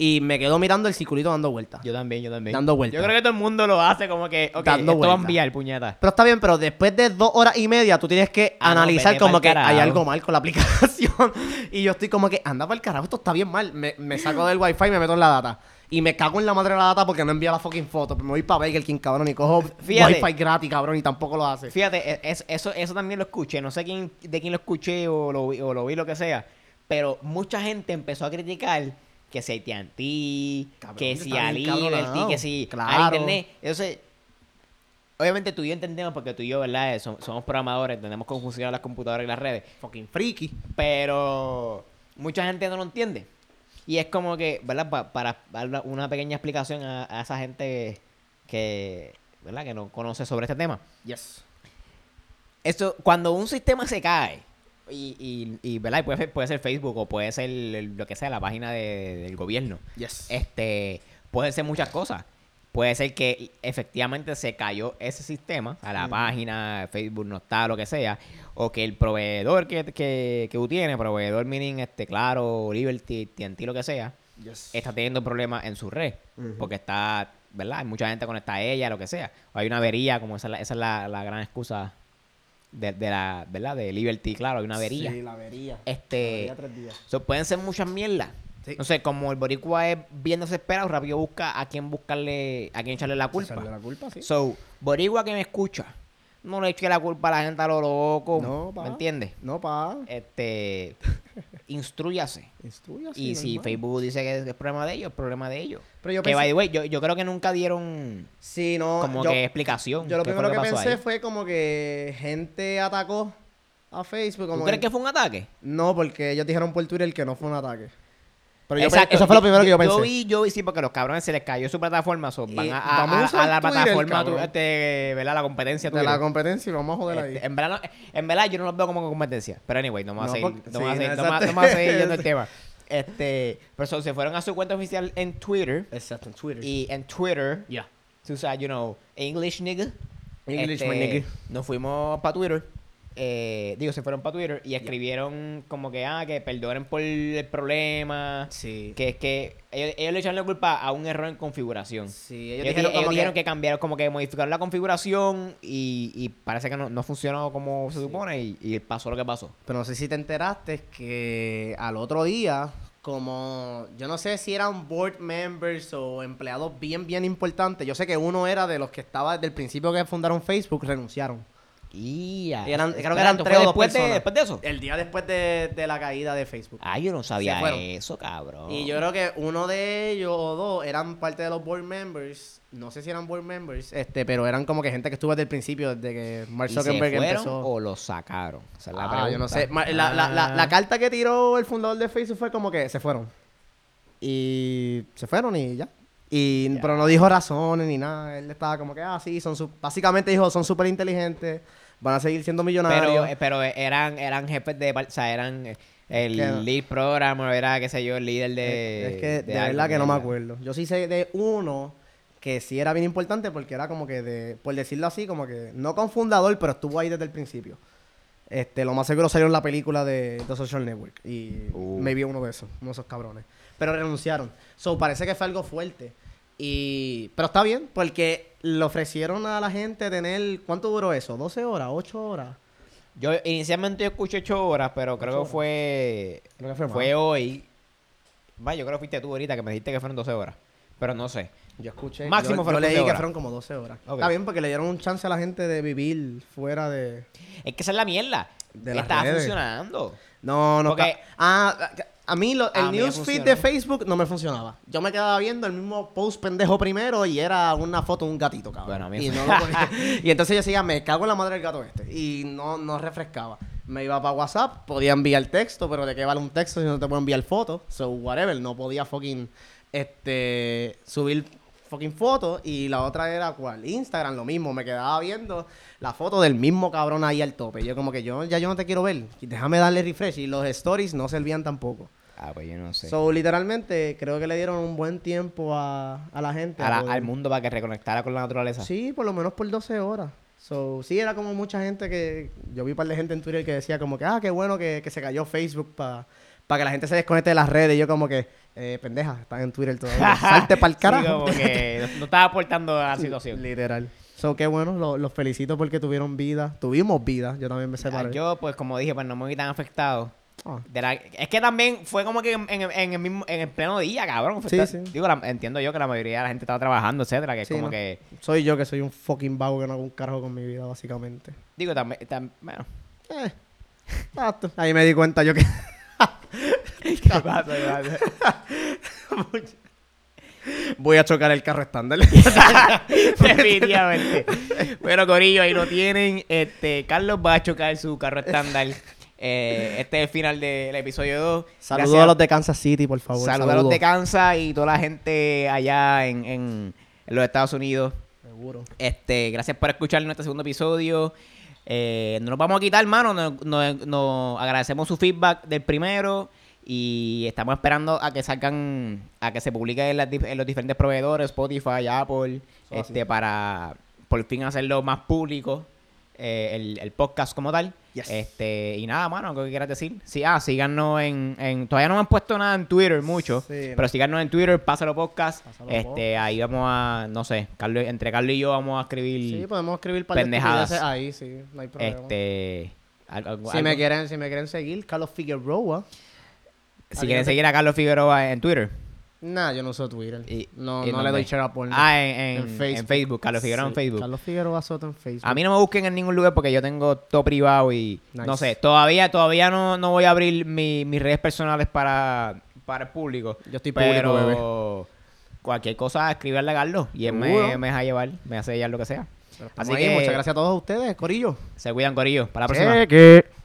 [SPEAKER 2] y me quedo mirando el circulito dando vueltas.
[SPEAKER 1] Yo también, yo también.
[SPEAKER 2] Dando vueltas.
[SPEAKER 1] Yo creo que todo el mundo lo hace como que, ok,
[SPEAKER 2] Dando
[SPEAKER 1] esto va a
[SPEAKER 2] vueltas.
[SPEAKER 1] enviar, puñeta.
[SPEAKER 2] Pero está bien, pero después de dos horas y media tú tienes que
[SPEAKER 1] Ah, no,
[SPEAKER 2] analizar
[SPEAKER 1] vete
[SPEAKER 2] como
[SPEAKER 1] pa'l
[SPEAKER 2] que hay
[SPEAKER 1] carajo.
[SPEAKER 2] algo mal con la [LAUGHS] aplicación. y yo estoy como que, anda para el carajo, esto está bien mal. Me, me saco del wifi y me meto en la data. Y me cago en la madre de la data porque no envía la fucking foto. Pero me voy para Bagel King, cabrón, y cojo
[SPEAKER 1] Fíjate.
[SPEAKER 2] wifi gratis, cabrón, y tampoco lo hace.
[SPEAKER 1] Fíjate, e- es- eso, eso también lo escuché. No sé quién, de quién lo escuché o lo, vi- o lo vi, lo que sea. Pero mucha gente empezó a criticar que si AT&T,
[SPEAKER 2] Cabrón,
[SPEAKER 1] que
[SPEAKER 2] está
[SPEAKER 1] si
[SPEAKER 2] bien
[SPEAKER 1] Liberty,
[SPEAKER 2] cabronado.
[SPEAKER 1] que si
[SPEAKER 2] Claro.
[SPEAKER 1] al Internet. Entonces, obviamente tú y yo entendemos porque tú y yo, ¿verdad? Eh, som- Somos, programadores, entendemos cómo funcionan las computadoras y las redes.
[SPEAKER 2] Fucking freaky.
[SPEAKER 1] Pero mucha gente no lo entiende. Y es como que, ¿verdad? Pa- para dar una- una pequeña explicación a, a esa gente que, ¿verdad? Que no conoce sobre este tema.
[SPEAKER 2] Yes.
[SPEAKER 1] Esto, cuando un sistema se cae, y, y, y, ¿verdad? Y puede, ser- puede ser Facebook o puede ser el- lo que sea, la página de- del gobierno.
[SPEAKER 2] Yes.
[SPEAKER 1] Este, puede ser muchas cosas. Puede ser que efectivamente se cayó ese sistema, a la
[SPEAKER 2] Mm.
[SPEAKER 1] página, Facebook no está, lo que sea, o que el proveedor que, que, que tú tienes, proveedor meaning, este, claro, Liberty, TNT, lo que sea,
[SPEAKER 2] yes.
[SPEAKER 1] está teniendo problemas en su red.
[SPEAKER 2] Ujú.
[SPEAKER 1] Porque está, ¿verdad? Hay mucha gente conectada a ella, lo que sea. O hay una avería, como esa es la, esa es la, la gran excusa de, de la, ¿verdad? De Liberty, claro, hay una avería.
[SPEAKER 2] Sí, la avería. La
[SPEAKER 1] Este,
[SPEAKER 2] avería tres días.
[SPEAKER 1] so, pueden ser muchas mierdas.
[SPEAKER 2] Sí.
[SPEAKER 1] No sé, como el boricua es bien desesperado, rápido busca a quién buscarle, a quién echarle la
[SPEAKER 2] Se
[SPEAKER 1] culpa.
[SPEAKER 2] salió la culpa, sí.
[SPEAKER 1] So, boricua que me escucha, no le eche la culpa a la gente a lo loco.
[SPEAKER 2] No, pa.
[SPEAKER 1] ¿Me entiendes?
[SPEAKER 2] No, pa. [LAUGHS]
[SPEAKER 1] Este, instruyase.
[SPEAKER 2] Instruya, sí,
[SPEAKER 1] Y si
[SPEAKER 2] normal.
[SPEAKER 1] Facebook dice que es problema de ellos, es problema de ellos.
[SPEAKER 2] Pero yo
[SPEAKER 1] que,
[SPEAKER 2] pensé-
[SPEAKER 1] by the way, yo, yo creo que nunca dieron
[SPEAKER 2] Sí, no.
[SPEAKER 1] como
[SPEAKER 2] yo-
[SPEAKER 1] que explicación.
[SPEAKER 2] Yo lo
[SPEAKER 1] ¿Qué fue
[SPEAKER 2] primero que,
[SPEAKER 1] pasó
[SPEAKER 2] pensé
[SPEAKER 1] ahí?
[SPEAKER 2] fue como que gente atacó a Facebook. Como
[SPEAKER 1] ¿Tú crees
[SPEAKER 2] que-
[SPEAKER 1] que fue un ataque?
[SPEAKER 2] No, porque ellos dijeron por Twitter que no fue un ataque. Pero yo
[SPEAKER 1] Exacto.
[SPEAKER 2] pe- eso fue lo primero que yo pensé.
[SPEAKER 1] Yo vi, yo vi, sí, porque los cabrones se les cayó su plataforma. so,
[SPEAKER 2] Y
[SPEAKER 1] van a,
[SPEAKER 2] vamos
[SPEAKER 1] a-
[SPEAKER 2] a
[SPEAKER 1] a-
[SPEAKER 2] usar
[SPEAKER 1] a la
[SPEAKER 2] Twitter,
[SPEAKER 1] plataforma, tu-
[SPEAKER 2] cabrón.
[SPEAKER 1] este, ¿verdad? La competencia
[SPEAKER 2] de
[SPEAKER 1] tuya.
[SPEAKER 2] la competencia y vamos a joder ahí.
[SPEAKER 1] Este, en, verdad, no- en verdad yo no los veo como competencia. Pero anyway, no vamos
[SPEAKER 2] No,
[SPEAKER 1] a seguir,
[SPEAKER 2] porque-
[SPEAKER 1] no vamos a
[SPEAKER 2] sí,
[SPEAKER 1] seguir-
[SPEAKER 2] no,
[SPEAKER 1] no vamos a-
[SPEAKER 2] exacto.
[SPEAKER 1] no vamos a seguir
[SPEAKER 2] [LAUGHS]
[SPEAKER 1] yendo el tema. Este, pero so, se fueron a su cuenta oficial en Twitter.
[SPEAKER 2] Exacto, en Twitter.
[SPEAKER 1] Y en Twitter,
[SPEAKER 2] Ya.
[SPEAKER 1] tú sabes, you know, English nigga.
[SPEAKER 2] English,
[SPEAKER 1] Este,
[SPEAKER 2] my nigga.
[SPEAKER 1] Nos fuimos para Twitter. eh, digo, se fueron para Twitter y escribieron como que, ah, que perdonen por el problema.
[SPEAKER 2] Sí.
[SPEAKER 1] Que es que ellos, ellos le echaron la culpa a un error en configuración.
[SPEAKER 2] Sí,
[SPEAKER 1] Ellos, di- ellos dijeron, que... cambiaron, como que modificaron la configuración y, y parece que no, no funcionó como se supone y, y pasó lo que pasó.
[SPEAKER 2] Pero no sé si te enteraste que al otro día, como yo no sé si eran board members o empleados bien, bien importantes. Yo sé que uno era de los que estaba desde el principio que fundaron Facebook, renunciaron.
[SPEAKER 1] Y
[SPEAKER 2] Eran- creo que eran tres o dos
[SPEAKER 1] después de,
[SPEAKER 2] personas. Eh,
[SPEAKER 1] después de eso.
[SPEAKER 2] El día después de, de la caída de Facebook.
[SPEAKER 1] Ah, yo no sabía
[SPEAKER 2] fueron.
[SPEAKER 1] eso, cabrón.
[SPEAKER 2] Y yo creo que uno de ellos o dos eran parte de los board members. No sé si eran board members, este, pero eran como que gente que estuvo desde el principio, desde que Mark
[SPEAKER 1] ¿Y se
[SPEAKER 2] Zuckerberg
[SPEAKER 1] fueron
[SPEAKER 2] empezó.
[SPEAKER 1] o los sacaron? Esa es la
[SPEAKER 2] Ah, yo no
[SPEAKER 1] pregunta.
[SPEAKER 2] sé. Ma- La, la- la- la
[SPEAKER 1] Ah.
[SPEAKER 2] carta que tiró el fundador de Facebook fue como que se fueron. Y se fueron y ya. Y,
[SPEAKER 1] Ya.
[SPEAKER 2] Pero no dijo razones ni nada. Él estaba como que, ah, sí, son su- básicamente dijo, son súper inteligentes, van a seguir siendo millonarios.
[SPEAKER 1] Pero, eh, pero eran, eran jefes de... par- O sea, eran eh, el
[SPEAKER 2] Que no.
[SPEAKER 1] lead programmer, era, qué sé yo, el líder Eh, de...
[SPEAKER 2] Es- es que de,
[SPEAKER 1] algo,
[SPEAKER 2] verdad que no me
[SPEAKER 1] mierda.
[SPEAKER 2] acuerdo. Yo sí sé de uno que sí era bien importante porque era como que de, por decirlo así, como que no con fundador, pero estuvo ahí desde el principio. Este, lo más seguro salió en la película de The Social Network y
[SPEAKER 1] Uh.
[SPEAKER 2] me vi uno de esos, uno de esos cabrones. Pero renunciaron. So, parece que fue algo fuerte. Y, pero está bien, porque le ofrecieron a la gente tener, ¿cuánto duró eso? ¿12 horas? ¿8 horas?
[SPEAKER 1] Yo inicialmente yo escuché 8 horas, pero creo
[SPEAKER 2] Ocho
[SPEAKER 1] que fue.
[SPEAKER 2] Creo que fue más.
[SPEAKER 1] hoy. Va, yo creo que fuiste tú ahorita que me dijiste que fueron 12 horas. Pero no sé.
[SPEAKER 2] Yo escuché.
[SPEAKER 1] Máximo
[SPEAKER 2] yo,
[SPEAKER 1] fueron
[SPEAKER 2] yo leí
[SPEAKER 1] 12
[SPEAKER 2] que
[SPEAKER 1] horas.
[SPEAKER 2] fueron como 12 horas.
[SPEAKER 1] Ok.
[SPEAKER 2] Está bien, porque le dieron un chance a la gente de vivir fuera de...
[SPEAKER 1] Es que esa es la mierda.
[SPEAKER 2] De las
[SPEAKER 1] Estaba
[SPEAKER 2] redes.
[SPEAKER 1] funcionando.
[SPEAKER 2] No, no.
[SPEAKER 1] Porque-
[SPEAKER 2] ca- Ah, a mí lo-
[SPEAKER 1] A
[SPEAKER 2] el
[SPEAKER 1] mí me
[SPEAKER 2] newsfeed
[SPEAKER 1] funcionó.
[SPEAKER 2] de Facebook no me funcionaba. Yo me quedaba viendo el mismo post pendejo primero y era una foto de un gatito, cabrón.
[SPEAKER 1] Bueno, a mí
[SPEAKER 2] y,
[SPEAKER 1] me- [LAUGHS]
[SPEAKER 2] no lo podía- y entonces yo decía, me cago en la madre del gato este. Y no, no refrescaba. Me iba para WhatsApp, podía enviar texto, pero ¿de qué vale un texto si no te puedo enviar fotos? So, whatever, no podía fucking este, subir fucking fotos. Y la otra era, ¿cuál? Instagram, lo mismo. Me quedaba viendo la foto del mismo cabrón ahí al tope. Yo como que yo ya yo no te quiero ver. Déjame darle refresh. Y los stories no servían tampoco.
[SPEAKER 1] Ah, pues yo no sé.
[SPEAKER 2] So, literalmente, creo que le dieron un buen tiempo a, a la gente.
[SPEAKER 1] A la-
[SPEAKER 2] por-
[SPEAKER 1] al mundo para que reconectara con la naturaleza.
[SPEAKER 2] Sí, por lo menos por 12 horas. So, sí, era como mucha gente que... Yo vi un par de gente en Twitter que decía como que, ah, qué bueno que, que se cayó Facebook para que la gente se desconecte de las redes. Y yo como que, eh, pendeja, están en
[SPEAKER 1] [LAUGHS]
[SPEAKER 2] Twitter todavía. Salte para el
[SPEAKER 1] Sí,
[SPEAKER 2] carajo.
[SPEAKER 1] como que no- no estaba aportando
[SPEAKER 2] [LAUGHS]
[SPEAKER 1] a la situación.
[SPEAKER 2] Literal. So, qué bueno, lo- los felicito porque tuvieron vida. Tuvimos vida, yo también me
[SPEAKER 1] Ah,
[SPEAKER 2] separé.
[SPEAKER 1] yo, pues, como dije, pues no me vi tan afectado.
[SPEAKER 2] Ah,
[SPEAKER 1] De la- es que también fue como que en, en- en el, mismo, en el pleno día, cabrón. Fue
[SPEAKER 2] Sí,
[SPEAKER 1] esta-
[SPEAKER 2] sí.
[SPEAKER 1] Digo, la- entiendo yo que la mayoría de la gente estaba trabajando, etcétera, que
[SPEAKER 2] Sí,
[SPEAKER 1] es como
[SPEAKER 2] ¿no?
[SPEAKER 1] que...
[SPEAKER 2] soy yo que soy un fucking vago que no hago un carajo con mi vida, básicamente.
[SPEAKER 1] Digo, también... tam- [LAUGHS] bueno.
[SPEAKER 2] Eh, exacto. Ahí me di cuenta yo que...
[SPEAKER 1] [LAUGHS] ¿Qué pasa? ¿Qué pasa? [LAUGHS]
[SPEAKER 2] Voy a chocar el
[SPEAKER 1] [LAUGHS]
[SPEAKER 2] carro estándar.
[SPEAKER 1] Definitivamente. [LAUGHS] Bueno, Corillo, ahí lo tienen. Este, Carlos va a chocar su carro
[SPEAKER 2] [LAUGHS]
[SPEAKER 1] estándar. Eh, este es el final del episodio 2.
[SPEAKER 2] Saludos a los de Kansas City, por favor.
[SPEAKER 1] Saludos a los de Kansas y toda la gente allá en, en- en los Estados Unidos.
[SPEAKER 2] Seguro.
[SPEAKER 1] Este, gracias por escuchar nuestro segundo episodio. Eh, no nos vamos a quitar, hermano. Nos, nos- nos agradecemos su feedback del primero. Y estamos esperando a que salgan, a que se publique en, las dif- en los diferentes proveedores, Spotify, Apple,
[SPEAKER 2] Eso
[SPEAKER 1] este, para por fin hacerlo más público, eh, el, el podcast como tal.
[SPEAKER 2] Yes.
[SPEAKER 1] Este, y nada, mano, ¿qué quieras decir? Sí, ah, síganos en, en- Todavía no me han puesto nada en Twitter mucho,
[SPEAKER 2] Sí, no.
[SPEAKER 1] pero síganos en Twitter, Pásalo Podcast.
[SPEAKER 2] Pásalo
[SPEAKER 1] este,
[SPEAKER 2] Podcast.
[SPEAKER 1] eh, ahí vamos a, no sé, Carlos, entre Carlos y yo vamos a escribir
[SPEAKER 2] Sí, podemos escribir para
[SPEAKER 1] Pendejadas.
[SPEAKER 2] ahí, sí. No hay problema.
[SPEAKER 1] este al- al-
[SPEAKER 2] si,
[SPEAKER 1] algo.
[SPEAKER 2] me quieren, si me quieren seguir, Carlos Figueroa.
[SPEAKER 1] si quieren seguir a Carlos Figueroa en Twitter.
[SPEAKER 2] Nah, yo no uso Twitter.
[SPEAKER 1] Y-
[SPEAKER 2] no
[SPEAKER 1] ¿y
[SPEAKER 2] no
[SPEAKER 1] en dónde?
[SPEAKER 2] le doy share a porno.
[SPEAKER 1] Ah, en, en- en
[SPEAKER 2] En
[SPEAKER 1] Facebook.
[SPEAKER 2] Facebook.
[SPEAKER 1] Carlos Figueroa en
[SPEAKER 2] Sí,
[SPEAKER 1] Facebook.
[SPEAKER 2] Carlos Figueroa Soto en Facebook.
[SPEAKER 1] A mí no me busquen en ningún lugar porque yo tengo todo privado y
[SPEAKER 2] Nice.
[SPEAKER 1] no sé, todavía todavía no, no voy a abrir mi- mis redes personales para, para el público.
[SPEAKER 2] Yo estoy
[SPEAKER 1] pero
[SPEAKER 2] público,
[SPEAKER 1] cualquier cosa escribirle a Carlos y él me,
[SPEAKER 2] Seguro.
[SPEAKER 1] me deja llevar, me hace llevar lo que sea. Así
[SPEAKER 2] Pero estamos ahí,
[SPEAKER 1] que-
[SPEAKER 2] muchas gracias a todos ustedes, Corillo.
[SPEAKER 1] Se cuidan, Corillo. Para la próxima.
[SPEAKER 2] Cheque.